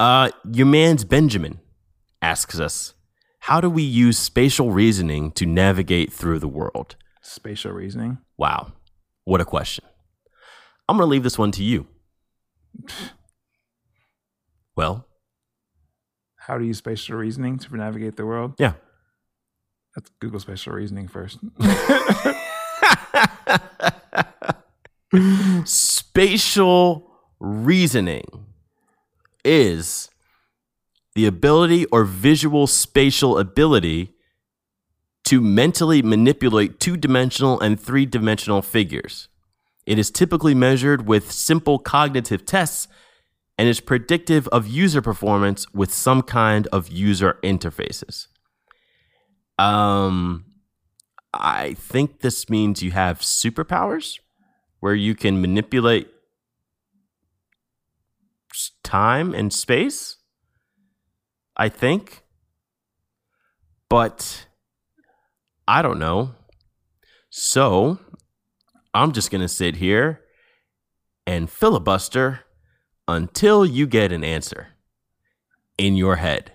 Uh, your man's Benjamin asks us, how do we use spatial reasoning to navigate through the world?
Spatial reasoning.
Wow. What a question. I'm going to leave this one to you. Well,
How do you use spatial reasoning to navigate the world?
yeah.
That's Google spatial reasoning first.
spatial reasoning is the ability or visual spatial ability to mentally manipulate two dimensional and three dimensional figures. It is typically measured with simple cognitive tests and is predictive of user performance with some kind of user interfaces. Um, I think this means you have superpowers where you can manipulate s- time and space. I think. But I don't know. So I'm just going to sit here and filibuster until you get an answer in your head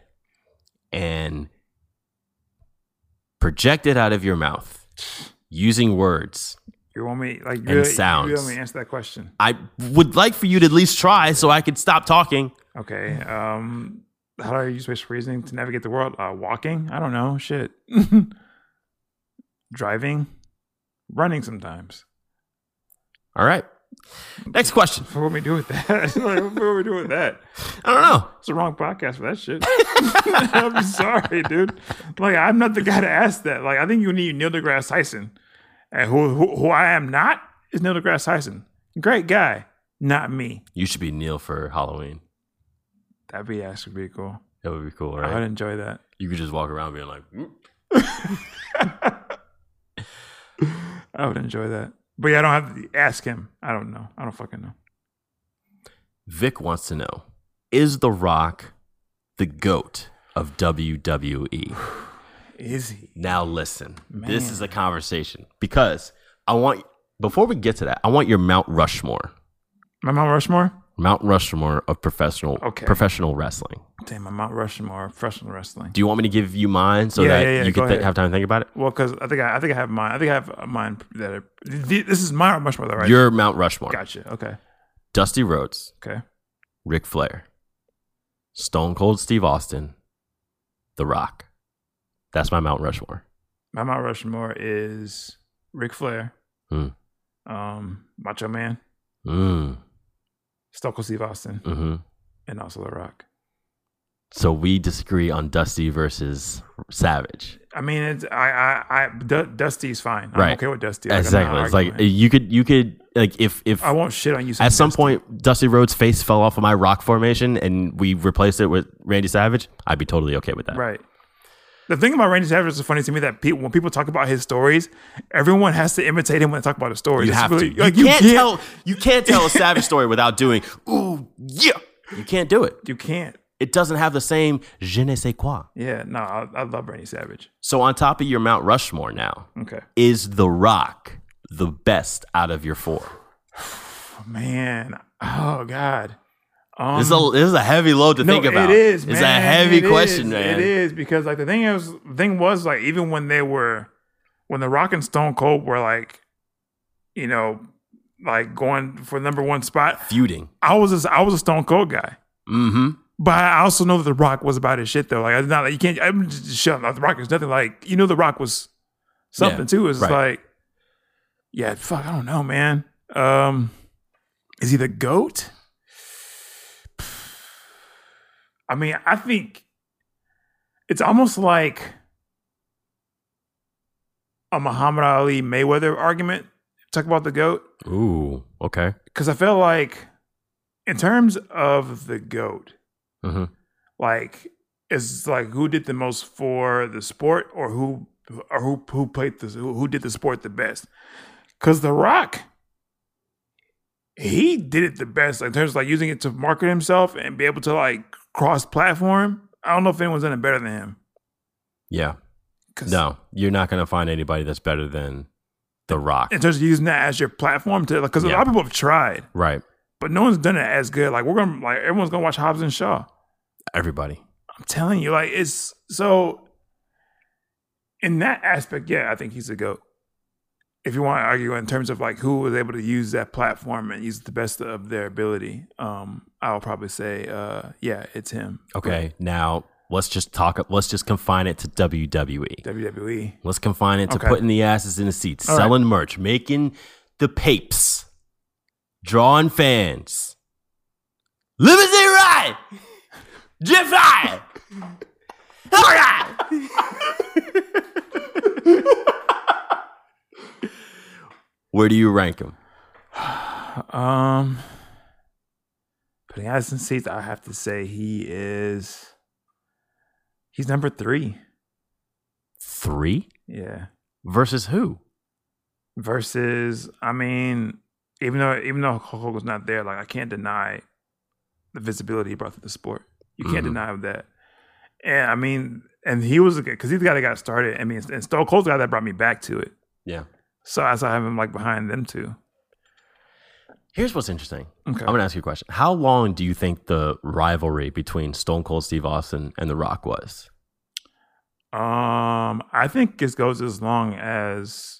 and project it out of your mouth using words
You want me like
And
really,
sounds.
You want me to answer that question?
I would like for you to at least try so I could stop talking.
Okay. Um, how do I use spatial reasoning to navigate the world? Uh, walking? I don't know. Shit. Driving, running sometimes.
All right. Next question.
What would we do with that? like, what would we do with that?
I don't know.
It's the wrong podcast for that shit. I'm sorry, dude. Like, I'm not the guy to ask that. Like, I think you need Neil deGrasse Tyson. And who, who, who I am not is Neil deGrasse Tyson. Great guy, not me.
You should be Neil for Halloween.
That'd be actually pretty cool.
That would be cool,
I'd
right?
enjoy that.
You could just walk around being like, "Mm."
I would enjoy that. But yeah, I don't have to ask him. I don't know. I don't fucking know.
Vic wants to know Is The Rock the GOAT of WWE?
Is he?
Now, listen, this is a conversation because I want, before we get to that, I want your Mount Rushmore,
My Mount Rushmore?
Mount Rushmore of professional
Okay.
professional wrestling.
Damn, my Mount Rushmore, professional wrestling.
Do you want me to give you mine so
Yeah,
that
yeah, yeah,
you
go
can th-
ahead.
have time to think about it?
Well, because I think I, I think I have mine. I think I have mine that are, th- this is my Mount Rushmore, though, right?
Your Mount Rushmore
gotcha. Okay.
Dusty Rhodes,
Okay.
Ric Flair, Stone Cold Steve Austin, The Rock. That's my Mount Rushmore.
My Mount Rushmore is Ric Flair,
Hmm.
um, Macho Man,
Mm,
Stone Cold Steve Austin,
hmm
and also The Rock.
So we disagree on Dusty versus Savage.
I mean, it's I I, I D- Dusty's fine. I'm
Right.
okay with Dusty. Like, I'm not
exactly. It's like
arguing.
you could you could like if if
I won't shit on you.
at some point Dusty Rhodes' face fell off of my rock formation and we replaced it with Randy Savage, I'd be totally okay with that.
Right. The thing about Randy Savage is funny to me that people, when people talk about his stories, everyone has to imitate him when they talk about his stories.
You
It's
have
really-
to.
like,
you, can't tell you can't tell a Savage story without doing ooh yeah. You can't do it.
You can't.
It doesn't have the same je ne sais quoi.
Yeah. No, I, I love Randy Savage.
So on top of your Mount Rushmore now,
Okay.
is The Rock the best out of your four?
Oh, man. Oh God. Um,
This is a this is a heavy load to think about.
It is.
It's a
man.
heavy
It
question,
is.
man.
It is because like the thing is, thing was like even when they were, when the Rock and Stone Cold were like, you know, like going for number one spot,
Feuding.
I was a, I was a Stone Cold guy.
Mm-hmm.
But I also know that The Rock was about his shit though. Like it's not like you can't. I'm just just shut up. The Rock is nothing. Like you know, The Rock was something
Yeah,
too. It's
right.
like, yeah, fuck, I don't know, man. Um, is he the goat? I mean, I think it's almost like a Muhammad Ali Mayweather argument. Talk about the goat
Ooh. Okay.
because I feel like, in terms of the goat,
Mm-hmm.
like it's like who did the most for the sport or who or who who played the who, who did the sport the best because the rock he did it the best in terms of like using it to market himself and be able to like cross platform i don't know if anyone's done it better than him
Yeah.
'Cause
No, you're not gonna find anybody that's better than The Rock.
in terms of using that as your platform to because a lot
Yeah.
of people have tried
Right.
but no one's done it as good like we're gonna like everyone's gonna watch hobbs and shaw
Everybody.
I'm telling you, like it's so. In that aspect, yeah, I think he's a goat. If you want to argue in terms of like who was able to use that platform and use the best of their ability, um, I'll probably say, uh, yeah, it's him.
Okay. Now let's just talk. Let's just confine it to E. WWE.
WWE.
Let's confine it to
Okay.
putting the asses in the seats,
All right.
selling merch, making the papes, drawing fans. Limousine ride, Jeff I. All right. Where do you rank him?
Um, putting eyes in seats, I have to say he is. He's number three.
Three
Yeah.
versus who?
versus I mean, even though even though Hulk Hogan's not there, like I can't deny the visibility he brought to the sport. You can't
Mhm.
deny that. And I mean, and he was because he's the guy that got started. I mean, and Stone Cold's the guy that brought me back to it.
Yeah.
So I saw him like behind them too.
Here's what's interesting.
Okay.
I'm gonna ask you a question. How long do you think the rivalry between Stone Cold Steve Austin and The Rock was?
Um, I think this goes as long as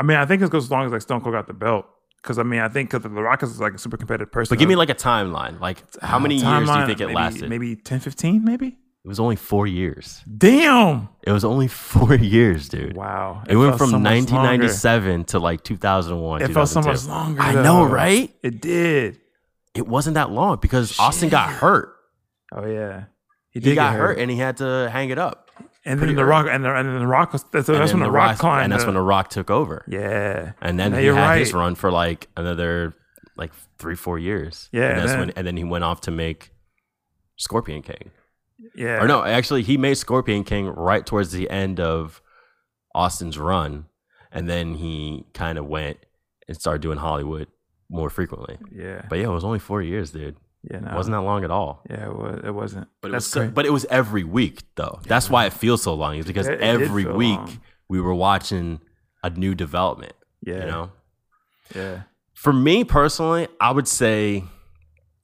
I mean, I think it goes as long as like Stone Cold got the belt. Because I mean, I think because the Rock is like a super competitive person.
But give me like a timeline. Like how many years do you
Uh, Timeline,
think it
maybe-
lasted?
Maybe 10, 15, maybe.
It was only four years.
Damn!
It was only four years, dude.
Wow,
It, went
felt so
from
much
1997 to like 2001.
longer. It felt so
2002.
much longer.
I know,
though.
right?
It did.
It wasn't that long because Austin got hurt.
Oh yeah,
He,
get
got hurt. and he had to hang it up.
and
pretty
then the
early.
Rock, and, the, and then the Rock was. That's,
And
that's
then
when the, Rock climbed.
and that's when the Rock took over.
yeah,
And then
Yeah,
he had
you're
his
right.
run for like another like three, four years.
Yeah,
and that's
man.
when and then he went off to make Scorpion King.
yeah.
Or no, actually, he made Scorpion King right towards the end of Austin's run, and then he kind of went and started doing Hollywood more frequently.
Yeah,
But yeah, it was only four years, dude.
yeah, no.
It wasn't that long at all.
Yeah, it, was, it wasn't.
But it
That's
was, so,
great.
but it was every week though. That's why it feels so long. Is because
It- it did
every
feel
week
long.
we were watching a new development.
yeah,
You know,
yeah,
for me personally, I would say,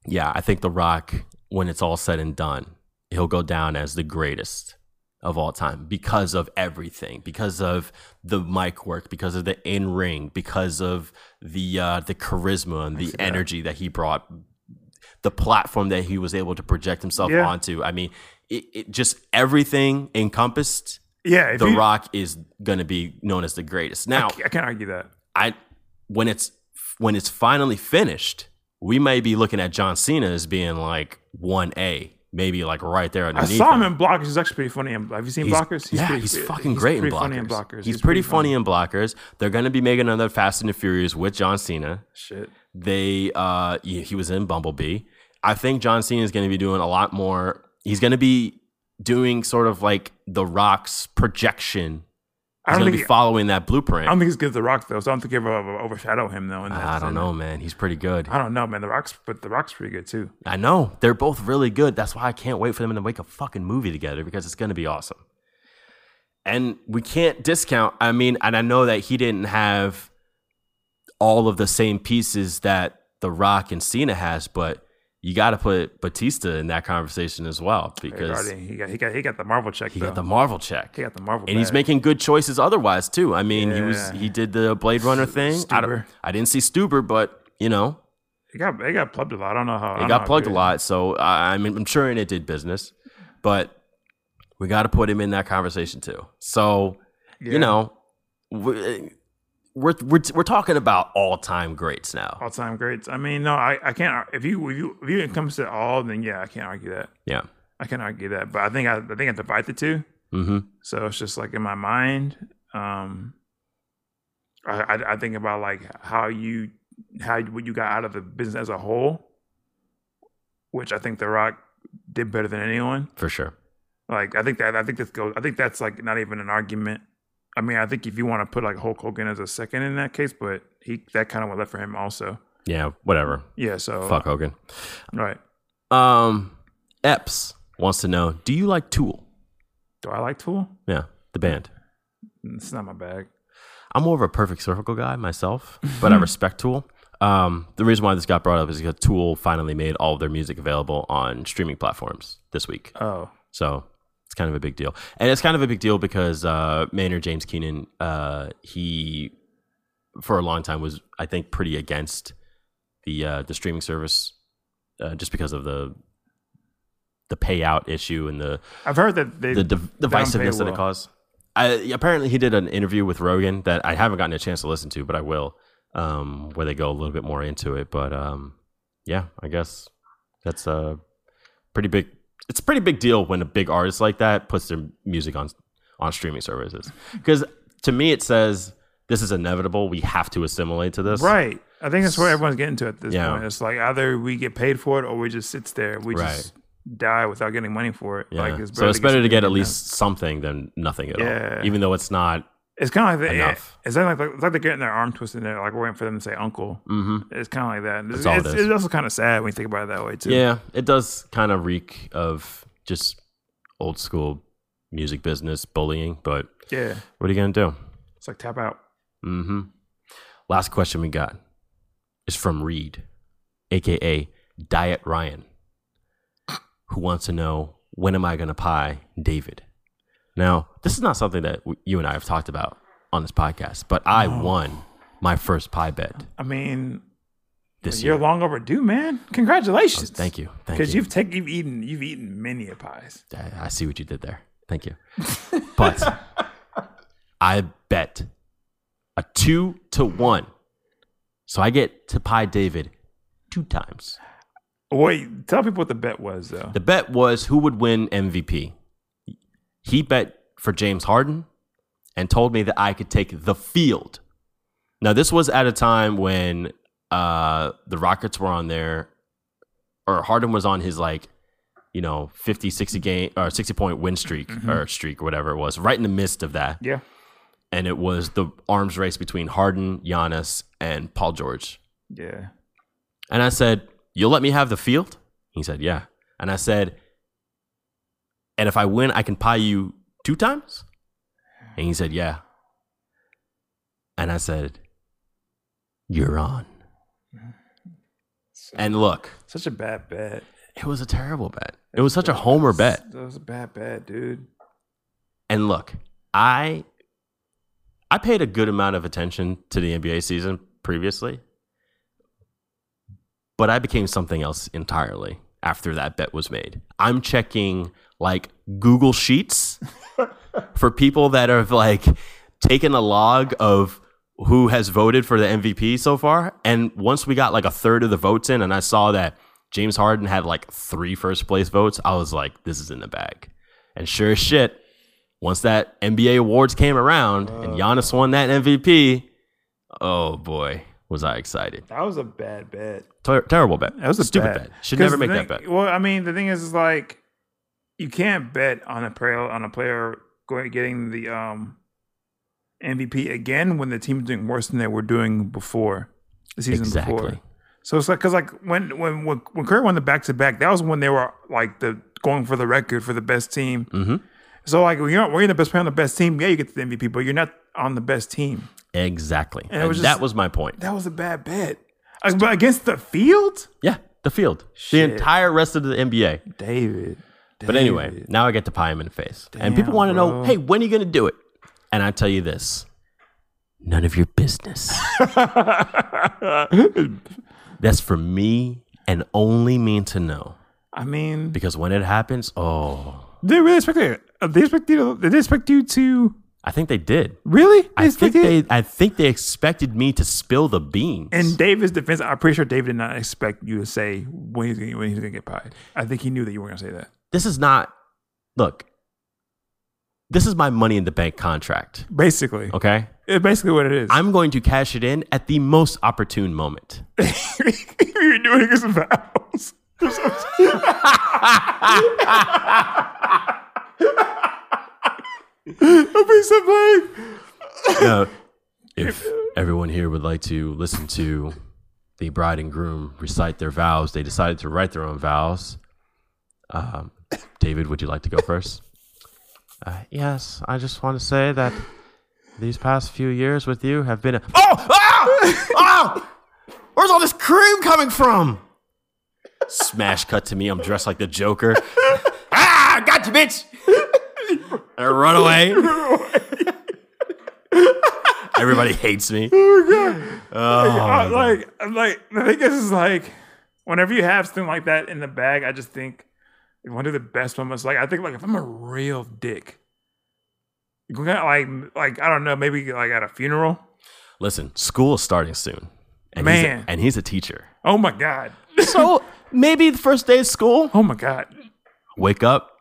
yeah, I think The Rock, when it's all said and done, he'll go down as the greatest of all time because of everything, because of the mic work, because of the in ring, because of the uh, the charisma and the energy that he brought, the platform that he was able to project himself
Yeah.
onto. I mean, it, it just everything encompassed.
yeah. If
the
you,
Rock is going to be known as the greatest. Now,
I can't argue that.
I when it's when it's finally finished, we may be looking at John Cena as being like one A, maybe like right there
I
underneath.
saw him in Blockers. He's actually pretty funny. In, have you seen
He's-
Blockers?
yeah,
pretty-
he's fucking great in
pretty
blockers.
funny in Blockers.
He's, pretty, funny in blockers. They're gonna be making another Fast and the Furious with John Cena.
Shit.
They uh he he was in Bumblebee. I think John Cena is gonna be doing a lot more. He's gonna be doing sort of like the Rock's projection.
I
He's
don't
gonna be
think. He,
following that blueprint.
I don't think he's good at the Rock though. So I don't think he'll ever overshadow him though. in that
I don't
sense.
know, man. He's pretty good.
I don't know, man. The Rock's, but the Rock's pretty good too.
I know they're both really good. That's why I can't wait for them to make a fucking movie together because it's gonna be awesome. And we can't discount. I mean, and I know that he didn't have all of the same pieces that The Rock and Cena has, but you got to put Batista in that conversation as well
Hey,
because
Roddy, he got he got he got the Marvel check.
he
though.
got the Marvel check.
he got the Marvel.
and he's
bag.
making good choices otherwise too. I mean, he was
Yeah.
he did the Blade Runner thing. I, don't,
Stuber.
I didn't see Stuber, but you know
It got it got plugged a lot. I don't know how I
it
don't know
got
how
plugged a
good-
lot, so I, I mean, I'm sure it did business, but we got to put him in that conversation too. So
Yeah.
you know, we- we're we're we're talking about all time greats now.
all time greats. I mean, no, I, I can't. ar- If you if you if you encompass it all, then yeah, I can't argue that.
Yeah.
I can't argue that. But I think I, I think I divide the two.
hmm
So it's just like in my mind, um, I, I I think about like how you how what you got out of the business as a whole, which I think The Rock did better than anyone.
For sure.
Like I think that I think this goes. I think that's like not even an argument. I mean, I think if you want to put like Hulk Hogan as a second in that case, but he that kind of went left for him also.
Yeah. Whatever.
Yeah. So
Fuck Hogan.
Right.
Um, Epps wants to know: Do you like Tool?
Do I like Tool? Mm,
Yeah, the band.
It's not my bag.
I'm more of a perfect circle guy myself, but I respect Tool. Um, the reason why this got brought up is because Tool finally made all of their music available on streaming platforms this week.
Oh,
So it's kind of a big deal. And it's kind of a big deal because uh, Maynard James Keenan, uh, he for a long time was, I think, pretty against the uh, the streaming service uh, just because of the the payout issue and the
I've heard that they.
the div- divisiveness that it
paywall.
caused. I, apparently, he did an interview with Rogan that I haven't gotten a chance to listen to, but I will, um, where they go a little bit more into it. But um, yeah, I guess that's a pretty big. It's a pretty big deal when a big artist like that puts their music on on streaming services because to me it says this is inevitable. We have to assimilate to this,
right. I think that's where everyone's getting to at this
Yeah.
point. It's like either we get paid for it or we just sits there. We just die without getting money for it.
Yeah.
Like
so it's better to get at
now.
least something than nothing at
Yeah.
all, even though it's not.
It's kind of like the, eh,
enough.
It's like, like it's like they're getting their arm twisted. There, like we're waiting for them to say uncle.
hmm
It's kind of like that. It's,
all it
it's,
is.
it's also kind of sad when you think about it that way too.
Yeah, it does kind of reek of just old school music business bullying, but
Yeah.
what are you going to do?
It's like tap out.
hmm Last question we got is from Reed, aka Diet Ryan, who wants to know when am I going to pie David? Now, this is not something that w- you and I have talked about on this podcast, but I won my first pie bet
I mean,
this
you're
year.
long overdue, man. Congratulations.
Thank you. Thank you.
Because you've taken, you've eaten, you've eaten many a pies.
I, I see what you did there. Thank you. But I bet a two to one. So I get to pie David two times.
Oh, Wait, tell people what the bet was though.
The bet was who would win MVP. He bet for James Harden and told me that I could take the field. Now, this was at a time when uh, the Rockets were on their, or Harden was on his like, you know, 50, 60 game or 60 point win streak or streak or whatever it was, right in the midst of that.
yeah.
And it was the arms race between Harden, Giannis, and Paul George.
Yeah.
And I said, You'll let me have the field? He said, Yeah. And I said, And if I win, I can pie you two times? And he said, Yeah. And I said, You're on. Mm-hmm. And look,
Such a bad bet.
it was a terrible bet. It was such a homer bet.
That was a bad bet, dude.
And look, I I paid a good amount of attention to the NBA season previously, but I became something else entirely after that bet was made. I'm checking like Google Sheets for people that have like taken a log of who has voted for the MVP so far. And once we got like a third of the votes in, and I saw that James Harden had like three first place votes, I was like, this is in the bag. And sure as shit, once that NBA awards came around
Uh.
and Giannis won that MVP, oh boy, was I excited.
That was a bad bet.
Ter- terrible bet.
That was a
stupid
bad.
bet. Should never
'Cause
make
the
that bet.
thing- Well, I mean, the thing is, is like you can't bet on a player on a player going getting the um MVP again when the team's doing worse than they were doing before the season
Exactly.
before. So it's like because like when when when when Curry won the back to back, that was when they were like the going for the record for the best team.
Mhm.
So like when you're not, when you're the best player on the best team, yeah, you get the MVP, but you're not on the best team.
Exactly.
And it
And
was
that
just-
was my point.
That was a bad bet. Like, but against the field,
yeah, the field.
Shit.
The entire rest of the NBA.
David.
But anyway, now I get to pie him in the face. and people
Damn,
want to know,
bro.
hey, when are you going to do it? And I tell you this none of your business. That's for me and only me to know.
I mean,
Because when it happens, oh,
they really expect it. uh, They expect you. To, they expect you to
I think they did.
really. They
I
expect
think
it?
they, I think they expected me to spill the beans.
In David's defense, I'm pretty sure David did not expect you to say when he's gonna, when he's gonna get pied. I think he knew that you were gonna say that.
this is not look this is my money in the bank contract
Basically,
okay
it's basically what it is.
i'm going to cash it in at the most opportune moment
You're doing it because of the house. Don't be so brave.
Now, if everyone here would like to listen to the bride and groom recite their vows they decided to write their own vows um, david would you like to go first uh, yes i just want to say that these past few years with you have been a oh ah! ah! Where's all this cream coming from? Smash cut to me. I'm dressed like the Joker. ah, got you, bitch. And I run away. Everybody hates me.
I- like, I'm like the thing is, is like, whenever you have something like that in the bag, I just think one of the best moments. Like, I think like if I'm a real dick, you got, like like I don't know, maybe like at a funeral.
Listen, school is starting soon. And He's
Man.
a, and he's a teacher.
Oh my god.
So maybe the first day of school.
Oh my god.
Wake up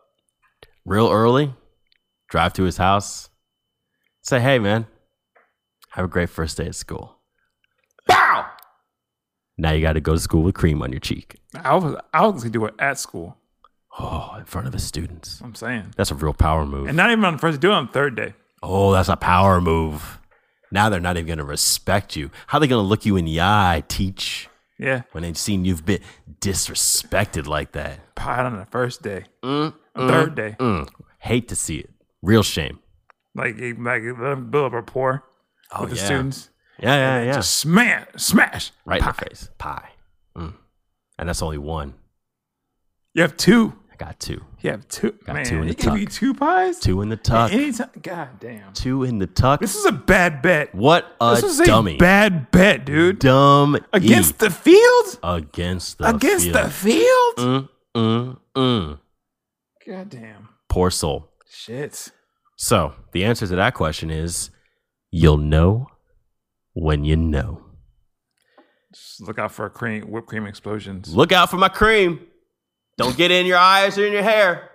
real early, drive to his house, say, hey, man, have a great first day at school. Bow! Now you got to go to school with cream on your cheek.
I was I was gonna do it at school.
Oh, in front of his students.
I'm saying,
That's a real power move.
and not even on the first day, do it on the third day.
oh, that's a power move. Now they're not even going to respect you. How they going to look you in the eye, teach,
Yeah,
when they've seen you've been disrespected like that?
pot on the first day, On the third day.
Mm, hate to see it. Real shame.
Like you- like let them build up rapport with the
Oh, yeah.
students.
Yeah, yeah, yeah.
Just smash, smash.
right in the face. Pie. Mm. And that's only one.
You have two.
I got two.
You have two.
Got
man,
two in
he
the
gave
tuck.
you two pies.
Two in the tuck.
Anytime. God damn.
Two in the tuck.
This is a bad bet.
what a
this is
dummy.
a bad bet, dude.
Dumb
Against the field.
against the
Against
field.
the field.
Mm, mm, mm.
God damn.
Poor soul.
Shit.
So the answer to that question is you'll know when you know.
Just look out for cream, whipped cream explosions.
Look out for my cream. Don't get it in your eyes or in your hair.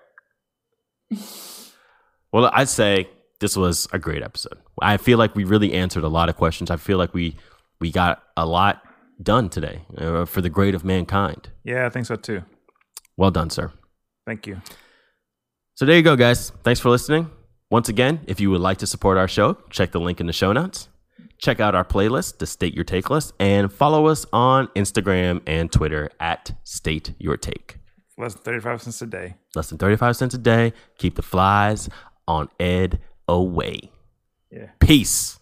Well, I'd say this was a great episode. I feel like we really answered a lot of questions. I feel like we we got a lot done today uh, for the great of mankind.
Yeah, I think so too.
Well done, sir.
Thank you.
So there you go, guys. Thanks for listening. Once again, if you would like to support our show, check the link in the show notes. Check out our playlist, the State Your Take list, and follow us on Instagram and Twitter at State Your Take.
Less than 35 cents a day.
Less than 35 cents a day. Keep the flies on Ed away.
Yeah.
Peace.